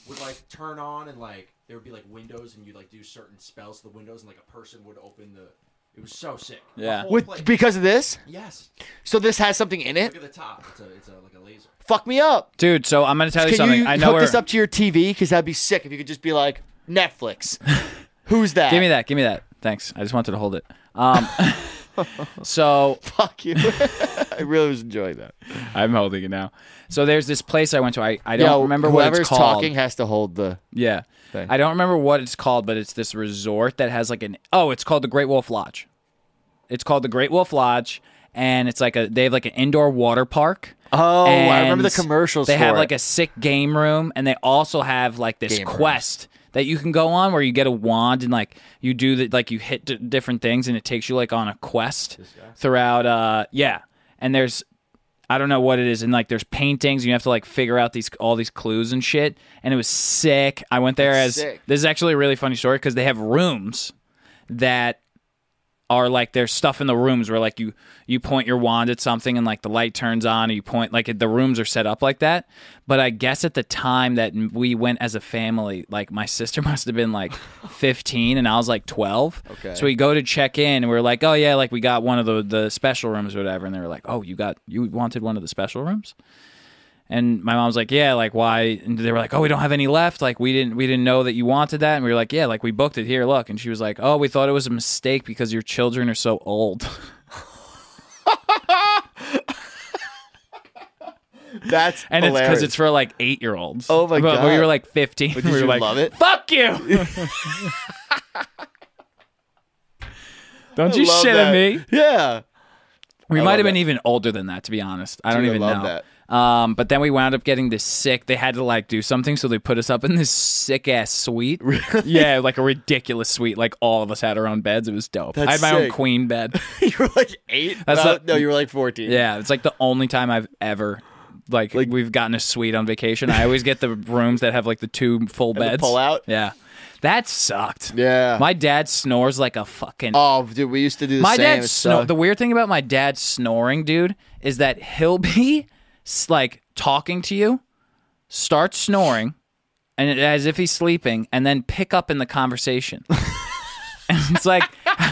[SPEAKER 6] would like turn on, and like there would be like windows, and you'd like do certain spells to the windows, and like a person would open the. It was so sick. The
[SPEAKER 3] Yeah.
[SPEAKER 6] whole place-
[SPEAKER 5] With because of this,
[SPEAKER 6] yes.
[SPEAKER 5] so this has something in it.
[SPEAKER 6] Look at the top. It's a it's a like a laser.
[SPEAKER 5] Fuck me up.
[SPEAKER 3] Dude, so I'm gonna tell you
[SPEAKER 5] Can
[SPEAKER 3] something.
[SPEAKER 5] you
[SPEAKER 3] I know
[SPEAKER 5] hook
[SPEAKER 3] where.
[SPEAKER 5] this up to your TV? Because that'd be sick if you could just be like Netflix. Who's that?
[SPEAKER 3] Give me that. Give me that. Thanks. I just wanted to hold it. Um, so
[SPEAKER 5] Fuck you. I really was enjoying that.
[SPEAKER 3] I'm holding it now. So there's this place I went to. I, I don't
[SPEAKER 5] Yo,
[SPEAKER 3] remember what
[SPEAKER 5] whoever's
[SPEAKER 3] it's called.
[SPEAKER 5] talking has to hold the.
[SPEAKER 3] Yeah.
[SPEAKER 5] Thing.
[SPEAKER 3] I don't remember what it's called, but it's this resort that has like an oh, it's called the Great Wolf Lodge. It's called the Great Wolf Lodge, and it's like a they have like an indoor water park.
[SPEAKER 5] Oh, I
[SPEAKER 3] and
[SPEAKER 5] remember the commercials.
[SPEAKER 3] They have
[SPEAKER 5] for
[SPEAKER 3] like
[SPEAKER 5] it.
[SPEAKER 3] a sick game room, and they also have like this
[SPEAKER 5] Game rooms.
[SPEAKER 3] quest that you can go on where you get a wand and like you do the like you hit d- different things, and it takes you like on a quest throughout. uh Yeah, and there's I don't know what it is, and like there's paintings, and you have to like figure out these all these clues and shit. And it was sick. I went there
[SPEAKER 5] That's
[SPEAKER 3] as
[SPEAKER 5] sick.
[SPEAKER 3] this is actually a really funny story because they have rooms that are like there's stuff in the rooms where like you you point your wand at something and like the light turns on and you point like the rooms are set up like that but i guess at the time that we went as a family like my sister must have been like 15 and i was like 12
[SPEAKER 5] Okay.
[SPEAKER 3] so we go to check in and we're like oh yeah like we got one of the the special rooms or whatever and they were like oh you got you wanted one of the special rooms and my mom's like, yeah, like why? And they were like, oh, we don't have any left. Like we didn't, we didn't know that you wanted that. And we were like, yeah, like we booked it here. Look. And she was like, oh, we thought it was a mistake because your children are so old.
[SPEAKER 5] That's
[SPEAKER 3] And it's
[SPEAKER 5] hilarious.
[SPEAKER 3] because it's for like eight year olds.
[SPEAKER 5] Oh my
[SPEAKER 3] but We
[SPEAKER 5] God.
[SPEAKER 3] were like fifteen.
[SPEAKER 5] But
[SPEAKER 3] we
[SPEAKER 5] did
[SPEAKER 3] were
[SPEAKER 5] you
[SPEAKER 3] like,
[SPEAKER 5] love it?
[SPEAKER 3] Fuck you. don't
[SPEAKER 5] I
[SPEAKER 3] you
[SPEAKER 5] love
[SPEAKER 3] shit
[SPEAKER 5] that.
[SPEAKER 3] at me.
[SPEAKER 5] Yeah.
[SPEAKER 3] We
[SPEAKER 5] I
[SPEAKER 3] might
[SPEAKER 5] love
[SPEAKER 3] have been
[SPEAKER 5] that.
[SPEAKER 3] even older than that, to be honest. I don't
[SPEAKER 5] Dude, I
[SPEAKER 3] even
[SPEAKER 5] love
[SPEAKER 3] know. Um, but then we wound up getting this sick. They had to like do something, so they put us up in this sick ass suite. Yeah, like a ridiculous suite. Like all of us had our own beds. It was dope.
[SPEAKER 5] That's
[SPEAKER 3] I had my own
[SPEAKER 5] sick.
[SPEAKER 3] queen bed.
[SPEAKER 5] you were like eight.
[SPEAKER 3] That's
[SPEAKER 5] Well,
[SPEAKER 3] not-
[SPEAKER 5] no, you were like fourteen.
[SPEAKER 3] Yeah, it's like the only time I've ever. Like,
[SPEAKER 5] Like-
[SPEAKER 3] we've gotten a suite on vacation. I always get the rooms that have like the two full
[SPEAKER 5] the
[SPEAKER 3] beds.
[SPEAKER 5] pull-out?
[SPEAKER 3] Yeah, that sucked.
[SPEAKER 5] Yeah.
[SPEAKER 3] my dad snores like a fucking
[SPEAKER 5] Oh, dude, we used to do the
[SPEAKER 3] my
[SPEAKER 5] same.
[SPEAKER 3] dad
[SPEAKER 5] It
[SPEAKER 3] snor-
[SPEAKER 5] sucked.
[SPEAKER 3] the weird thing about my dad snoring dude is that he'll be s- like talking to you start snoring and it- as if he's sleeping and then pick up in the conversation and it's like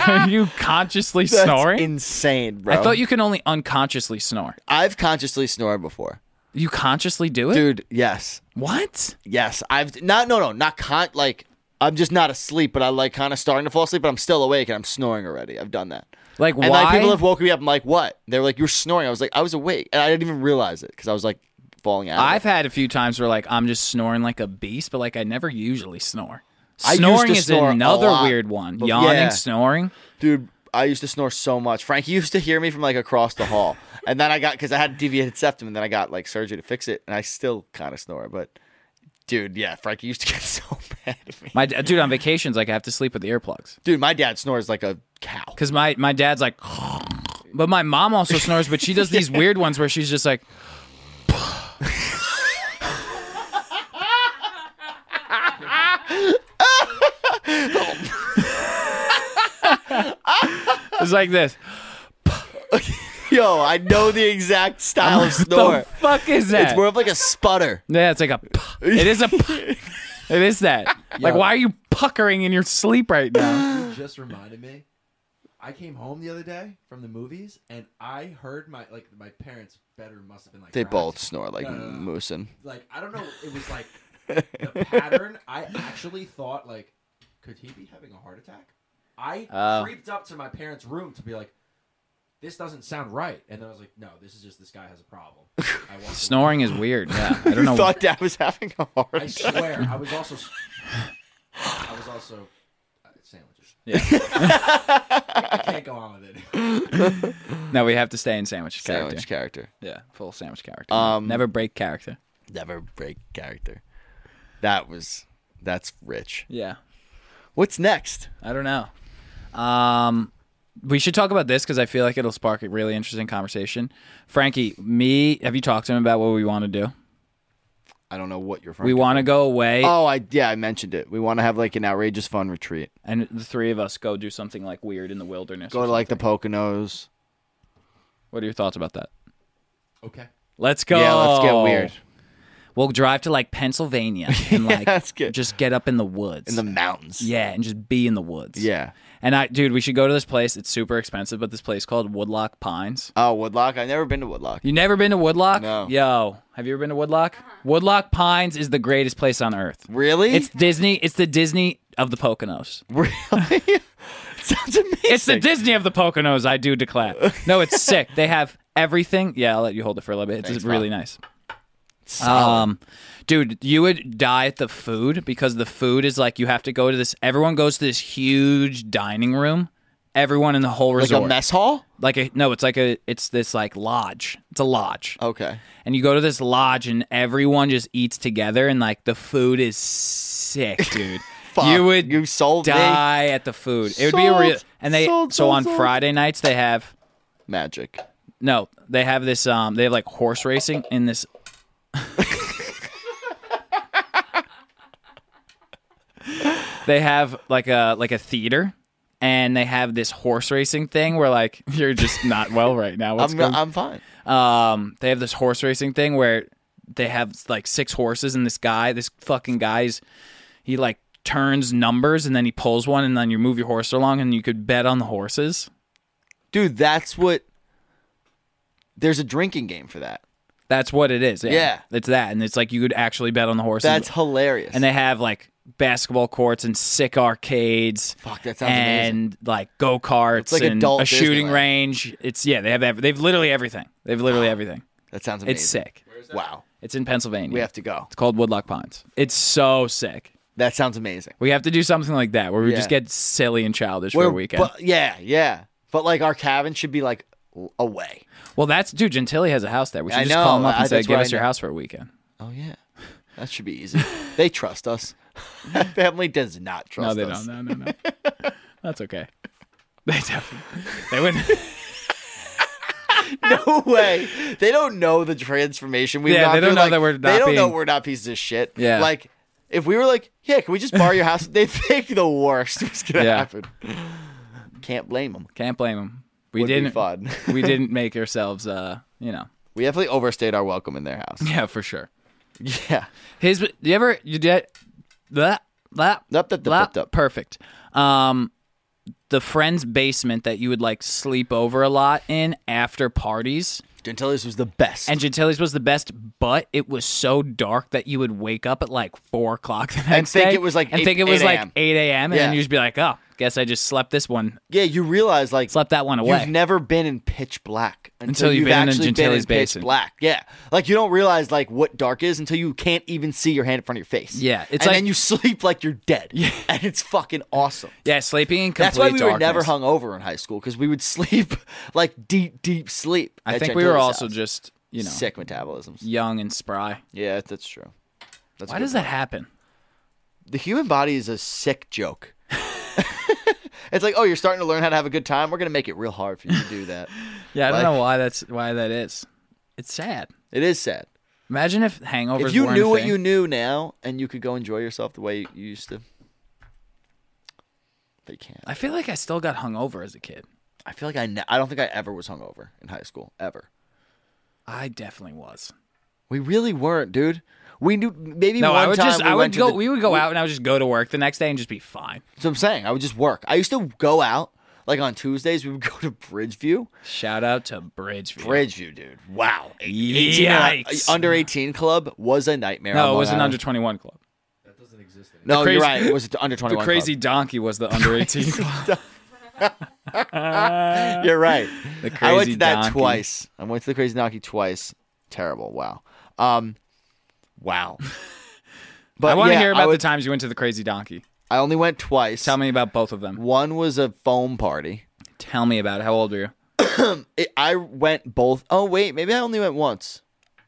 [SPEAKER 3] are you consciously
[SPEAKER 5] That's
[SPEAKER 3] snoring
[SPEAKER 5] insane, bro.
[SPEAKER 3] i thought you can only unconsciously snore
[SPEAKER 5] I've consciously snored before,
[SPEAKER 3] you consciously do it
[SPEAKER 5] dude. Yes,
[SPEAKER 3] what
[SPEAKER 5] yes. I've not. No, no, not con. Like I'm just not asleep, but I like kind of starting to fall asleep, but I'm still awake and I'm snoring already. I've done that.
[SPEAKER 3] like
[SPEAKER 5] And
[SPEAKER 3] why
[SPEAKER 5] like people have woken me up. I'm like, what? They were like, you're snoring. I was like, I was awake, and I didn't even realize it because I was like falling out. of it.
[SPEAKER 3] i've had a few times where like i'm just snoring like a beast but like i never usually snore
[SPEAKER 5] I used to
[SPEAKER 3] snoring is
[SPEAKER 5] snore a
[SPEAKER 3] another
[SPEAKER 5] lot,
[SPEAKER 3] weird one
[SPEAKER 5] but-
[SPEAKER 3] yawning
[SPEAKER 5] yeah.
[SPEAKER 3] snoring
[SPEAKER 5] dude i used to snore so much frank used to hear me from like across the hall and then i got because i had deviated septum and then i got like surgery to fix it and i still kind of snore but dude yeah frank used to get so mad at me
[SPEAKER 3] My d- dude on vacations, like I have to sleep with earplugs
[SPEAKER 5] dude my dad snores like a cow
[SPEAKER 3] because my my dad's like, but my mom also snores, but she does these weird ones where she's just like, it's like this.
[SPEAKER 5] Yo, I know the exact style of
[SPEAKER 3] the
[SPEAKER 5] snore.
[SPEAKER 3] fuck is that?
[SPEAKER 5] It's more of like a sputter.
[SPEAKER 3] Yeah, it's like a. puff. It is a. puff. it is that. Like,
[SPEAKER 6] Yo.
[SPEAKER 3] why are you puckering in your sleep right now?
[SPEAKER 6] You just reminded me. I came home the other day from the movies, and I heard my like my parents' bedroom must have been like
[SPEAKER 5] They
[SPEAKER 6] cracked.
[SPEAKER 5] both snore like
[SPEAKER 6] No, no, no.
[SPEAKER 5] moosin.
[SPEAKER 6] Like I don't know, it was like the pattern. I actually thought like, could he be having a heart attack? I
[SPEAKER 3] Oh.
[SPEAKER 6] creeped up to my parents' room to be like, this doesn't sound right, and then I was like, no, this is just this guy has a problem. I walked away.
[SPEAKER 3] Snoring is weird. Yeah, I don't
[SPEAKER 5] You
[SPEAKER 3] know.
[SPEAKER 5] thought Dad was having a heart
[SPEAKER 6] I
[SPEAKER 5] attack.
[SPEAKER 6] swear, I was also, I was also uh, sandwiches.
[SPEAKER 3] Yeah.
[SPEAKER 6] I can't go on with it.
[SPEAKER 3] no, we have to stay in sandwich character.
[SPEAKER 5] Sandwich character.
[SPEAKER 3] Yeah, full sandwich character.
[SPEAKER 5] Um,
[SPEAKER 3] Never break character.
[SPEAKER 5] Never break character. That was that's rich.
[SPEAKER 3] Yeah,
[SPEAKER 5] What's next?
[SPEAKER 3] I don't know. Um, we should talk about this because I feel like it'll spark a really interesting conversation. Frankie, me, have you talked to him about what we want to do?
[SPEAKER 5] I don't know what you're from.
[SPEAKER 3] We want to go away,
[SPEAKER 5] Oh, I yeah, I mentioned it. We want to have like an outrageous fun retreat.
[SPEAKER 3] and the three of us go do something like weird in the wilderness.
[SPEAKER 5] Go
[SPEAKER 3] or
[SPEAKER 5] to like the
[SPEAKER 3] something.
[SPEAKER 5] Poconos.
[SPEAKER 3] What are your thoughts about that?
[SPEAKER 6] Okay.
[SPEAKER 3] Let's go.
[SPEAKER 5] Yeah, let's
[SPEAKER 3] Oh,
[SPEAKER 5] get weird.
[SPEAKER 3] We'll drive to like Pennsylvania and like
[SPEAKER 5] Let's get-
[SPEAKER 3] just get up in the woods.
[SPEAKER 5] In the mountains.
[SPEAKER 3] yeah, and just be in the woods.
[SPEAKER 5] Yeah.
[SPEAKER 3] And I dude, we should go to this place. It's super expensive, but this place called Woodlock Pines.
[SPEAKER 5] Oh, Woodlock. I've never been to Woodlock.
[SPEAKER 3] You never been to Woodlock?
[SPEAKER 5] No.
[SPEAKER 3] Yo, have you ever been to Woodlock? Woodlock Pines is the greatest place on earth.
[SPEAKER 5] Really?
[SPEAKER 3] It's Disney. It's the Disney of the Poconos.
[SPEAKER 5] really sounds amazing.
[SPEAKER 3] It's the Disney of the Poconos, I do declare. No, it's sick. They have everything. Yeah, I'll let you hold it for a little bit. It's
[SPEAKER 5] Thanks,
[SPEAKER 3] really nice. Um, dude, you would die at the food because the food is like you have to go to this. Everyone goes to this huge dining room. Everyone in the whole
[SPEAKER 5] like
[SPEAKER 3] resort,
[SPEAKER 5] a mess hall.
[SPEAKER 3] like a no, it's like a it's this like lodge. It's a lodge,
[SPEAKER 5] Okay.
[SPEAKER 3] and you go to this lodge, and everyone just eats together, and like the food is sick, dude.
[SPEAKER 5] Fuck,
[SPEAKER 3] you would
[SPEAKER 5] you sold me.
[SPEAKER 3] die at the food. It would be a real
[SPEAKER 5] Sold,
[SPEAKER 3] and they
[SPEAKER 5] sold,
[SPEAKER 3] so
[SPEAKER 5] sold,
[SPEAKER 3] on
[SPEAKER 5] sold.
[SPEAKER 3] Friday nights they have
[SPEAKER 5] Magic.
[SPEAKER 3] no, they have this. Um, they have like horse racing in this. they have like a like a theater, and they have this horse racing thing where like you're just not well right now. What's
[SPEAKER 5] I'm
[SPEAKER 3] going-
[SPEAKER 5] I'm fine.
[SPEAKER 3] um, they have this horse racing thing where they have like six horses, and this guy, this fucking guy's, he like turns numbers, and then he pulls one, and then you move your horse along, and you could bet on the horses.
[SPEAKER 5] Dude, that's what There's a drinking game for that.
[SPEAKER 3] That's what it is. Yeah.
[SPEAKER 5] Yeah.
[SPEAKER 3] It's that. And it's like you could actually bet on the horses.
[SPEAKER 5] That's hilarious.
[SPEAKER 3] and they have like basketball courts and sick arcades.
[SPEAKER 5] Fuck, that sounds
[SPEAKER 3] and
[SPEAKER 5] amazing.
[SPEAKER 3] like go karts
[SPEAKER 5] It's like
[SPEAKER 3] and
[SPEAKER 5] adult
[SPEAKER 3] a shooting
[SPEAKER 5] Disneyland.
[SPEAKER 3] range. It's yeah, they have ev- they've literally everything. They've literally everything.
[SPEAKER 5] That sounds amazing.
[SPEAKER 3] It's sick.
[SPEAKER 5] Wow.
[SPEAKER 3] It's in Pennsylvania.
[SPEAKER 5] We have to go.
[SPEAKER 3] it's called Woodlock Pines. It's so sick.
[SPEAKER 5] That sounds amazing.
[SPEAKER 3] We have to do something like that where we just
[SPEAKER 5] Yeah.
[SPEAKER 3] get silly and childish for
[SPEAKER 5] We're-
[SPEAKER 3] a weekend.
[SPEAKER 5] But, yeah, yeah. But like our cabin should be like w- away.
[SPEAKER 3] well, that's dude. Gentilly has a house there. We should
[SPEAKER 5] I
[SPEAKER 3] just call him
[SPEAKER 5] know.
[SPEAKER 3] up and
[SPEAKER 5] I-
[SPEAKER 3] say,
[SPEAKER 5] that's
[SPEAKER 3] "Give
[SPEAKER 5] what
[SPEAKER 3] us
[SPEAKER 5] I
[SPEAKER 3] your
[SPEAKER 5] know.
[SPEAKER 3] house for a weekend."
[SPEAKER 5] Oh yeah, that should be easy. they trust us. Family does not
[SPEAKER 3] No,
[SPEAKER 5] trust
[SPEAKER 3] they
[SPEAKER 5] us.
[SPEAKER 3] don't. No, no, no. That's okay. They definitely. They would.
[SPEAKER 5] No way. They don't know the transformation we've
[SPEAKER 3] Yeah,
[SPEAKER 5] gone
[SPEAKER 3] they don't
[SPEAKER 5] through,
[SPEAKER 3] know
[SPEAKER 5] like,
[SPEAKER 3] that we're not
[SPEAKER 5] They don't know
[SPEAKER 3] being-
[SPEAKER 5] we're not pieces of shit.
[SPEAKER 3] Yeah.
[SPEAKER 5] Like if we were like, yeah, can we just borrow your house? They think the worst was gonna
[SPEAKER 3] Yeah.
[SPEAKER 5] happen. Can't blame them.
[SPEAKER 3] Can't blame them. We
[SPEAKER 5] Would be
[SPEAKER 3] didn't.
[SPEAKER 5] fun.
[SPEAKER 3] we didn't make ourselves. Uh, you know.
[SPEAKER 5] We definitely overstayed our welcome in their house.
[SPEAKER 3] Yeah, for sure.
[SPEAKER 5] Yeah.
[SPEAKER 3] His. Do you ever? You did. That. That.
[SPEAKER 5] Up, up, up, up, up.
[SPEAKER 3] Perfect. Um, the friend's basement that you would like sleep over a lot in after parties.
[SPEAKER 5] Gentilis was the best.
[SPEAKER 3] And Gentilly's was the best, but it was so dark that you would wake up at like four o'clock the next
[SPEAKER 5] think
[SPEAKER 3] day
[SPEAKER 5] it was, like,
[SPEAKER 3] and
[SPEAKER 5] eight-
[SPEAKER 3] think it was
[SPEAKER 5] 8
[SPEAKER 3] like
[SPEAKER 5] a.m..
[SPEAKER 3] eight a.m. and then
[SPEAKER 5] Yeah.
[SPEAKER 3] you just be like, oh, guess I just slept this one,
[SPEAKER 5] yeah, you realize like
[SPEAKER 3] slept that one away.
[SPEAKER 5] You've never been in pitch black
[SPEAKER 3] Until you've been in
[SPEAKER 5] actually been in
[SPEAKER 3] Gentile's
[SPEAKER 5] pitch
[SPEAKER 3] Basin.
[SPEAKER 5] black. Yeah, like you don't realize like what dark is until you can't even see your hand in front of your face.
[SPEAKER 3] Yeah, it's
[SPEAKER 5] and
[SPEAKER 3] like-
[SPEAKER 5] then you sleep like you're dead. Yeah, and it's fucking awesome.
[SPEAKER 3] yeah, sleeping in complete
[SPEAKER 5] That's why we were never
[SPEAKER 3] darkness.
[SPEAKER 5] hung over in high school because we would sleep like deep, deep sleep.
[SPEAKER 3] I
[SPEAKER 5] at
[SPEAKER 3] think we were
[SPEAKER 5] Gentile's
[SPEAKER 3] also
[SPEAKER 5] house.
[SPEAKER 3] just you know
[SPEAKER 5] sick metabolisms.
[SPEAKER 3] young and spry.
[SPEAKER 5] Yeah, that's true. That's a
[SPEAKER 3] Why
[SPEAKER 5] good
[SPEAKER 3] does that happen?
[SPEAKER 5] the human body is a sick joke. it's like, oh, you're starting to learn how to have a good time. We're gonna make it real hard for you to do that.
[SPEAKER 3] Yeah, I don't
[SPEAKER 5] Like-
[SPEAKER 3] know why that's why that is. It's sad.
[SPEAKER 5] it is sad.
[SPEAKER 3] Imagine if hangovers.
[SPEAKER 5] if you
[SPEAKER 3] weren't a
[SPEAKER 5] knew what
[SPEAKER 3] thing.
[SPEAKER 5] you knew now and you could go enjoy yourself the way you used to they can't
[SPEAKER 3] I feel like I still got hungover as a kid.
[SPEAKER 5] I feel like I ne- I don't think I ever was hungover in high school ever.
[SPEAKER 3] I definitely was.
[SPEAKER 5] We really weren't, dude. We knew maybe
[SPEAKER 3] No,
[SPEAKER 5] one
[SPEAKER 3] I would
[SPEAKER 5] time
[SPEAKER 3] just
[SPEAKER 5] we
[SPEAKER 3] I
[SPEAKER 5] went
[SPEAKER 3] would
[SPEAKER 5] to
[SPEAKER 3] go
[SPEAKER 5] the-
[SPEAKER 3] we would go out and I would just go to work the next day and just be fine.
[SPEAKER 5] That's what I'm saying. I would just work. I used to go out like on Tuesdays. We would go to Bridgeview.
[SPEAKER 3] Shout out to Bridgeview.
[SPEAKER 5] Bridgeview, dude. Wow. 18 and- uh,
[SPEAKER 3] Yikes.
[SPEAKER 5] under 18 club was a nightmare. on
[SPEAKER 3] no, it
[SPEAKER 5] Long
[SPEAKER 3] was an
[SPEAKER 5] Island.
[SPEAKER 3] under 21 club.
[SPEAKER 6] That doesn't exist anymore.
[SPEAKER 5] No, you're
[SPEAKER 3] crazy-
[SPEAKER 5] right. It was under 21
[SPEAKER 3] The
[SPEAKER 5] club.
[SPEAKER 3] crazy donkey was the under 18 club.
[SPEAKER 5] You're right.
[SPEAKER 3] The crazy
[SPEAKER 5] I went to that
[SPEAKER 3] donkey.
[SPEAKER 5] twice. I went to the crazy donkey twice. Terrible. Wow. Um, wow. But
[SPEAKER 3] I want to
[SPEAKER 5] yeah,
[SPEAKER 3] hear
[SPEAKER 5] I
[SPEAKER 3] about
[SPEAKER 5] would-
[SPEAKER 3] the times you went to the crazy donkey.
[SPEAKER 5] I only went twice.
[SPEAKER 3] Tell me about both of them.
[SPEAKER 5] One was a foam party.
[SPEAKER 3] Tell me about it. How old were you?
[SPEAKER 5] It, I went both. Oh wait, maybe I only went once.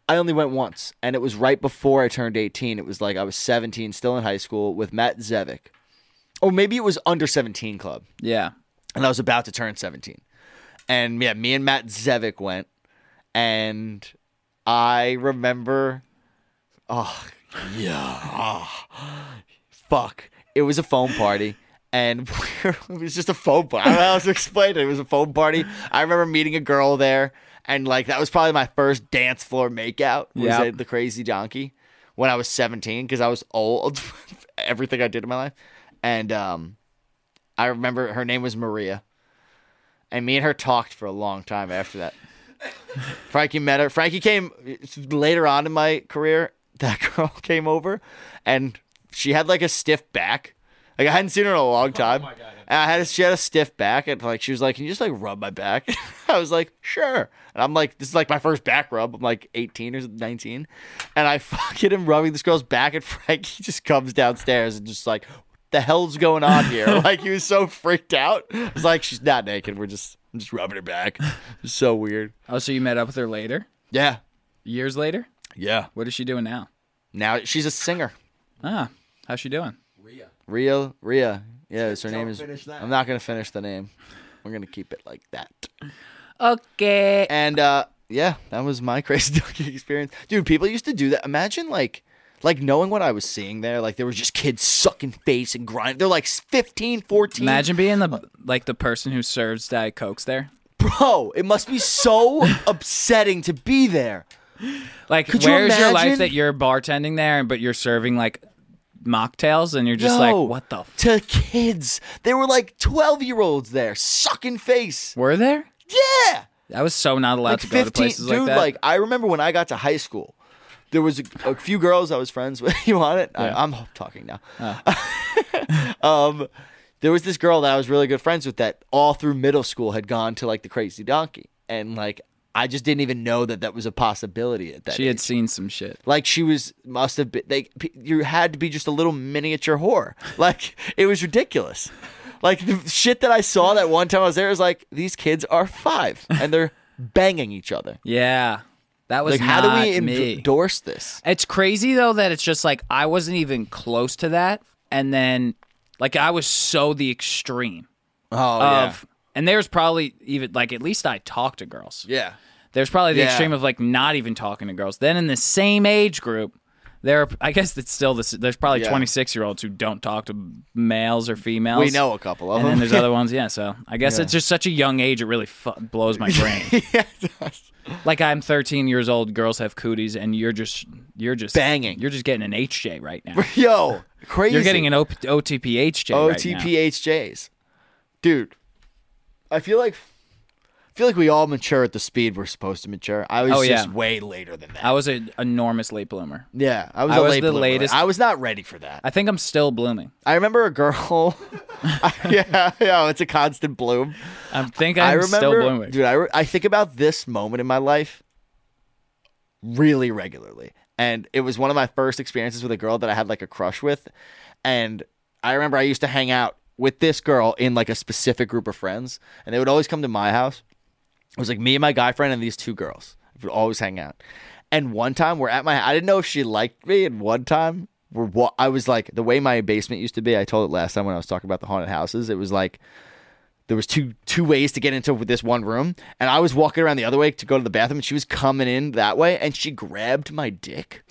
[SPEAKER 5] I only went once, and it was right before I turned 18. It was like I was 17, still in high school, with Matt Zevick. Or maybe it was under 17 club,
[SPEAKER 3] Yeah.
[SPEAKER 5] and I was about to turn 17. And yeah, me and Matt Zevick went, and I remember, oh yeah, ah, fuck, it was a phone party. And it was just a phone party. I don't know how else to explain it. It was a phone party. I remember meeting a girl there, and like that was probably my first dance floor makeout. Was
[SPEAKER 3] Yep.
[SPEAKER 5] at the Crazy Donkey when I was seventeen because I was old. Everything I did in my life, and um, I remember her name was Maria, and me and her talked for a long time after that. Frankie met her. Frankie came later on in my career. That girl came over, and she had like a stiff back. Like I hadn't seen her in a long time. And I had a, she had a stiff back, and like she was like, "Can you just like rub my back?" I was like, "Sure." And I'm like, "This is like my first back rub." I'm like 18 or 19, and I fucking am rubbing this girl's back, and Frankie just comes downstairs and just like, "What the hell's going on here?" like he was so freaked out. I was like, "She's not naked. We're just I'm just rubbing her back." It's so weird.
[SPEAKER 3] Oh, so you met up with her later?
[SPEAKER 5] Yeah.
[SPEAKER 3] Years later?
[SPEAKER 5] Yeah.
[SPEAKER 3] What is she doing now?
[SPEAKER 5] Now she's a singer.
[SPEAKER 3] Ah, how's she doing?
[SPEAKER 6] Rhea.
[SPEAKER 5] Ria, Ria. Yeah, is her name is.
[SPEAKER 6] finish that.
[SPEAKER 5] I'm not gonna finish the name. We're gonna keep it like that.
[SPEAKER 3] Okay.
[SPEAKER 5] And uh, yeah, that was my crazy donkey experience, dude. People used to do that. Imagine like, like knowing what I was seeing there. Like there was just kids sucking face and grind. They're like 15, 14.
[SPEAKER 3] Imagine being the like the person who serves Diet Cokes there.
[SPEAKER 5] bro, it must be so upsetting to be there.
[SPEAKER 3] Like,
[SPEAKER 5] Could you
[SPEAKER 3] where's your life
[SPEAKER 5] imagine?
[SPEAKER 3] that you're bartending there, but you're serving like mocktails and you're just like,
[SPEAKER 5] Yo,
[SPEAKER 3] what the? F-?
[SPEAKER 5] to kids, they were like twelve year olds there sucking face.
[SPEAKER 3] Were there?
[SPEAKER 5] Yeah.
[SPEAKER 3] I was so not allowed to go to places
[SPEAKER 5] dude,
[SPEAKER 3] like that.
[SPEAKER 5] I remember when I got to high school, there was a, a few girls I was friends with. You want it? I, I'm talking now.
[SPEAKER 3] Oh.
[SPEAKER 5] um, there was this girl that I was really good friends with that all through middle school had gone to like the Crazy Donkey, and like I just didn't even know that that was a possibility at that.
[SPEAKER 3] she had
[SPEAKER 5] age.
[SPEAKER 3] seen some shit.
[SPEAKER 5] Like she was must have been like p- you had to be just a little miniature whore. Like it was ridiculous. Like the shit that I saw that one time I was there was like these kids are five and they're banging each other.
[SPEAKER 3] Yeah, that was
[SPEAKER 5] Like how do
[SPEAKER 3] not
[SPEAKER 5] we
[SPEAKER 3] me.
[SPEAKER 5] endorse this?
[SPEAKER 3] It's crazy though that it's just like I wasn't even close to that, and then like I was so the extreme
[SPEAKER 5] Oh
[SPEAKER 3] of, and there's probably even like at least I talked to girls.
[SPEAKER 5] yeah,
[SPEAKER 3] There's probably the
[SPEAKER 5] Yeah.
[SPEAKER 3] extreme of like not even talking to girls. Then in the same age group, there are, I guess it's still this. There's probably
[SPEAKER 5] Yeah.
[SPEAKER 3] 26 year olds who don't talk to males or females.
[SPEAKER 5] We know a couple of
[SPEAKER 3] And then
[SPEAKER 5] them.
[SPEAKER 3] there's other ones, yeah. So I guess it's just such a young age; it really fu- blows my brain.
[SPEAKER 5] yeah. it does.
[SPEAKER 3] like I'm 13 years old, girls have cooties, and you're just you're just
[SPEAKER 5] Banging.
[SPEAKER 3] You're just getting an HJ right now.
[SPEAKER 5] Yo, crazy.
[SPEAKER 3] You're getting an o- OTP HJ. Right now.
[SPEAKER 5] OTPHJs, dude. I feel like I feel like we all mature at the speed we're supposed to mature. I was
[SPEAKER 3] Oh, yeah.
[SPEAKER 5] just way later than that.
[SPEAKER 3] I was an enormous late bloomer.
[SPEAKER 5] yeah, I was,
[SPEAKER 3] I
[SPEAKER 5] a
[SPEAKER 3] was
[SPEAKER 5] late
[SPEAKER 3] the
[SPEAKER 5] bloomer.
[SPEAKER 3] latest-
[SPEAKER 5] I was not ready for that.
[SPEAKER 3] I think I'm still blooming.
[SPEAKER 5] I remember a girl. yeah, yeah, it's a constant bloom.
[SPEAKER 3] I think
[SPEAKER 5] I
[SPEAKER 3] I'm
[SPEAKER 5] remember,
[SPEAKER 3] still blooming.
[SPEAKER 5] dude. I, re- I think about this moment in my life really regularly, and it was one of my first experiences with a girl that I had like a crush with, and I remember I used to hang out with this girl in like a specific group of friends, and they would always come to my house. It was like me and my guy friend and these two girls would always hang out. And one time we're at my, I didn't know if she liked me. And one time we're, wa- I was like, the way my basement used to be, I told it last time when I was talking about the haunted houses, it was like, there was two two ways to get into this one room and i was walking around the other way to go to the bathroom and she was coming in that way and she grabbed my dick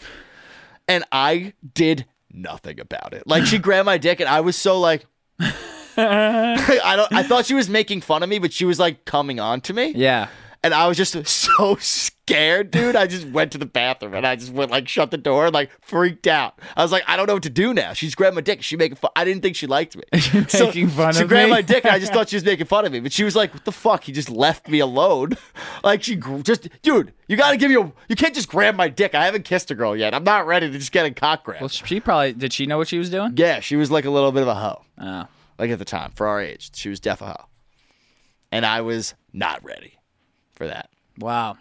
[SPEAKER 5] and i did nothing about it like she grabbed my dick and i was so like I don't. I thought she was making fun of me, but she was like coming on to me.
[SPEAKER 3] Yeah.
[SPEAKER 5] And I was just so scared, dude. I just went to the bathroom and I just went like shut the door and like freaked out. I was like, I don't know what to do now. She's grabbed my dick. Is She making fun. I didn't think she liked me. So,
[SPEAKER 3] making fun
[SPEAKER 5] she
[SPEAKER 3] of
[SPEAKER 5] grabbed
[SPEAKER 3] me?
[SPEAKER 5] my dick and I just thought she was making fun of me. But she was like, what the fuck? He just left me alone. Like she gr- just, dude, you gotta give me a, you can't just grab my dick. I haven't kissed a girl yet. I'm not ready to just get a cock grab.
[SPEAKER 3] Well, she probably did. She know what she was doing.
[SPEAKER 5] yeah, she was like a little bit of a hoe.
[SPEAKER 3] Oh.
[SPEAKER 5] Like at the time, for our age, she was def a hoe. And I was not ready for that.
[SPEAKER 3] Wow.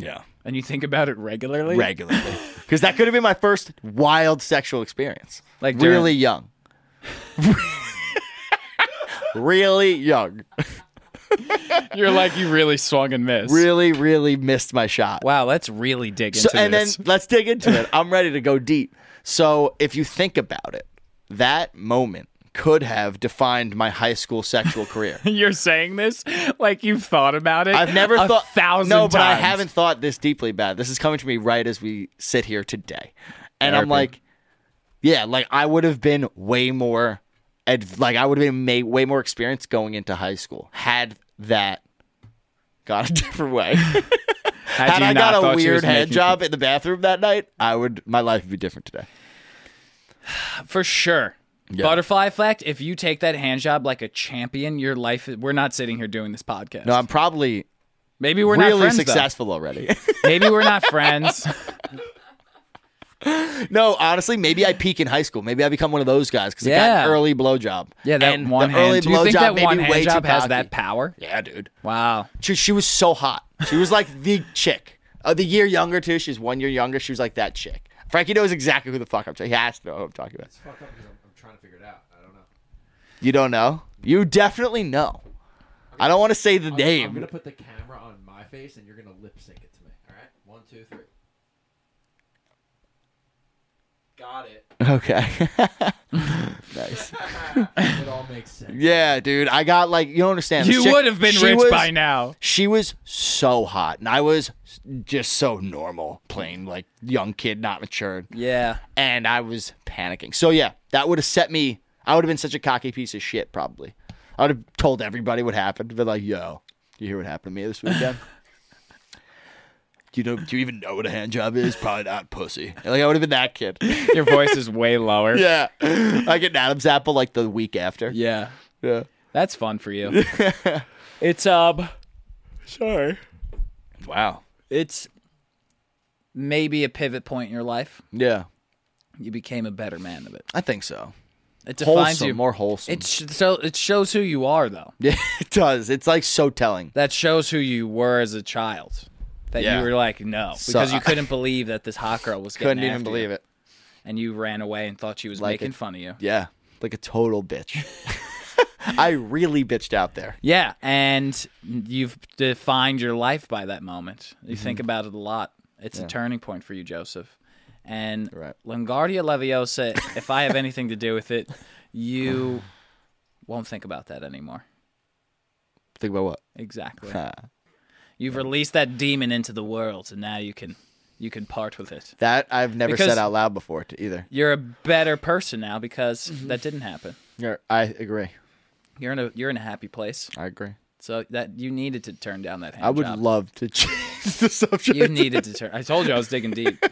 [SPEAKER 5] Yeah.
[SPEAKER 3] And you think about it regularly.
[SPEAKER 5] regularly because that could have been my first wild sexual experience
[SPEAKER 3] Like during-
[SPEAKER 5] really young really young
[SPEAKER 3] You're like you really swung and missed.
[SPEAKER 5] really really missed my shot
[SPEAKER 3] Wow. Let's really dig into
[SPEAKER 5] so, and
[SPEAKER 3] this.
[SPEAKER 5] then let's dig into it i'm ready to go deep so if you think about it that moment could have defined my high school sexual career
[SPEAKER 3] You're saying this like you've thought about it.
[SPEAKER 5] I've never
[SPEAKER 3] a
[SPEAKER 5] thought
[SPEAKER 3] thousand.
[SPEAKER 5] No, but I
[SPEAKER 3] times.
[SPEAKER 5] haven't thought this deeply about it. This is coming to me right as we sit here today, and I'm
[SPEAKER 3] Therapy.
[SPEAKER 5] like, yeah, like I would have been way more, ad- like I would have been may- way more experienced going into high school had that got a different way.
[SPEAKER 3] Had,
[SPEAKER 5] had
[SPEAKER 3] you
[SPEAKER 5] I
[SPEAKER 3] not
[SPEAKER 5] got a
[SPEAKER 3] thought she was
[SPEAKER 5] weird hand
[SPEAKER 3] making-
[SPEAKER 5] job in the bathroom that night, I would my life would be different today.
[SPEAKER 3] for sure. Butterfly effect. If you take that hand job like a champion, your life. We're not sitting here doing this podcast.
[SPEAKER 5] No, I'm probably
[SPEAKER 3] Maybe we're
[SPEAKER 5] really
[SPEAKER 3] not friends. though.
[SPEAKER 5] successful already.
[SPEAKER 3] Maybe we're not friends.
[SPEAKER 5] No, honestly, maybe I peak in high school. Maybe I become one of those guys because I got
[SPEAKER 3] Yeah.
[SPEAKER 5] an early blowjob.
[SPEAKER 3] Yeah, that
[SPEAKER 5] and
[SPEAKER 3] one
[SPEAKER 5] the
[SPEAKER 3] hand.
[SPEAKER 5] early
[SPEAKER 3] Do you think
[SPEAKER 5] blowjob
[SPEAKER 3] that
[SPEAKER 5] made
[SPEAKER 3] one
[SPEAKER 5] me
[SPEAKER 3] hand
[SPEAKER 5] way too
[SPEAKER 3] job has
[SPEAKER 5] cocky.
[SPEAKER 3] that power?
[SPEAKER 5] Yeah, dude.
[SPEAKER 3] Wow.
[SPEAKER 5] She, she was so hot. She was like the chick. Uh, the year younger too. She's one year younger. She was like that chick. Frankie knows exactly who the fuck I'm talking. He has to know who I'm talking about.
[SPEAKER 6] It's fucked up because I'm, I'm trying to figure it out. I don't know.
[SPEAKER 5] You don't know? You definitely know. I don't want to say the
[SPEAKER 6] I'm,
[SPEAKER 5] name.
[SPEAKER 6] I'm gonna put the camera on my face and you're gonna lip sync it to me. All right, one, two, three. Got it.
[SPEAKER 5] Okay. nice.
[SPEAKER 6] it all makes sense.
[SPEAKER 5] Yeah, dude. I got like you don't understand. This
[SPEAKER 3] You
[SPEAKER 5] chick-
[SPEAKER 3] would have been
[SPEAKER 5] she
[SPEAKER 3] rich
[SPEAKER 5] was-
[SPEAKER 3] by now.
[SPEAKER 5] She was so hot, and I was just so normal, plain like young kid, not matured,
[SPEAKER 3] Yeah.
[SPEAKER 5] and I was panicking. So yeah, that would have set me. I would have been such a cocky piece of shit, probably. I would have told everybody what happened, been like, "Yo, you hear what happened to me this weekend?" Do you know? Do you even know what a hand job is? Probably not, pussy. Like I would have been that kid.
[SPEAKER 3] Your voice is way lower.
[SPEAKER 5] yeah, I get an Adam's apple like the week after.
[SPEAKER 3] Yeah.
[SPEAKER 5] Yeah.
[SPEAKER 3] That's fun for you. it's um sorry.
[SPEAKER 5] Wow.
[SPEAKER 3] It's maybe a pivot point in your life.
[SPEAKER 5] Yeah,
[SPEAKER 3] You became a better man of it.
[SPEAKER 5] I think so.
[SPEAKER 3] It defines
[SPEAKER 5] Wholesome,
[SPEAKER 3] you.
[SPEAKER 5] more wholesome.
[SPEAKER 3] it sh- so it shows who you are though.
[SPEAKER 5] Yeah, it does. It's like so telling.
[SPEAKER 3] That shows who you were as a child. That
[SPEAKER 5] Yeah.
[SPEAKER 3] you were like no
[SPEAKER 5] So-
[SPEAKER 3] because you couldn't believe that this hot girl was getting
[SPEAKER 5] Couldn't even
[SPEAKER 3] after
[SPEAKER 5] believe
[SPEAKER 3] you,
[SPEAKER 5] it.
[SPEAKER 3] and you ran away and thought she was
[SPEAKER 5] Like
[SPEAKER 3] making
[SPEAKER 5] it.
[SPEAKER 3] fun of you.
[SPEAKER 5] Yeah, like a total bitch. I really bitched out there.
[SPEAKER 3] Yeah, and you've defined your life by that moment. You
[SPEAKER 5] Mm-hmm.
[SPEAKER 3] think about it a lot. It's a turning point for you, Joseph. And
[SPEAKER 5] Right.
[SPEAKER 3] Longardia Leviosa, if I have anything to do with it, you won't think about that anymore.
[SPEAKER 5] Think about what? Uh,
[SPEAKER 3] Exactly.
[SPEAKER 5] Huh.
[SPEAKER 3] You've released that demon into the world, and now you can you can part with it.
[SPEAKER 5] That I've never
[SPEAKER 3] Because-
[SPEAKER 5] said out loud before to either.
[SPEAKER 3] You're a better person now because
[SPEAKER 5] Mm-hmm.
[SPEAKER 3] that didn't happen.
[SPEAKER 5] I agree.
[SPEAKER 3] You're in a you're in a happy place.
[SPEAKER 5] I agree.
[SPEAKER 3] So that you needed to turn down that hand
[SPEAKER 5] I would
[SPEAKER 3] job.
[SPEAKER 5] love to change the subject.
[SPEAKER 3] You needed to turn. I told you I was digging deep.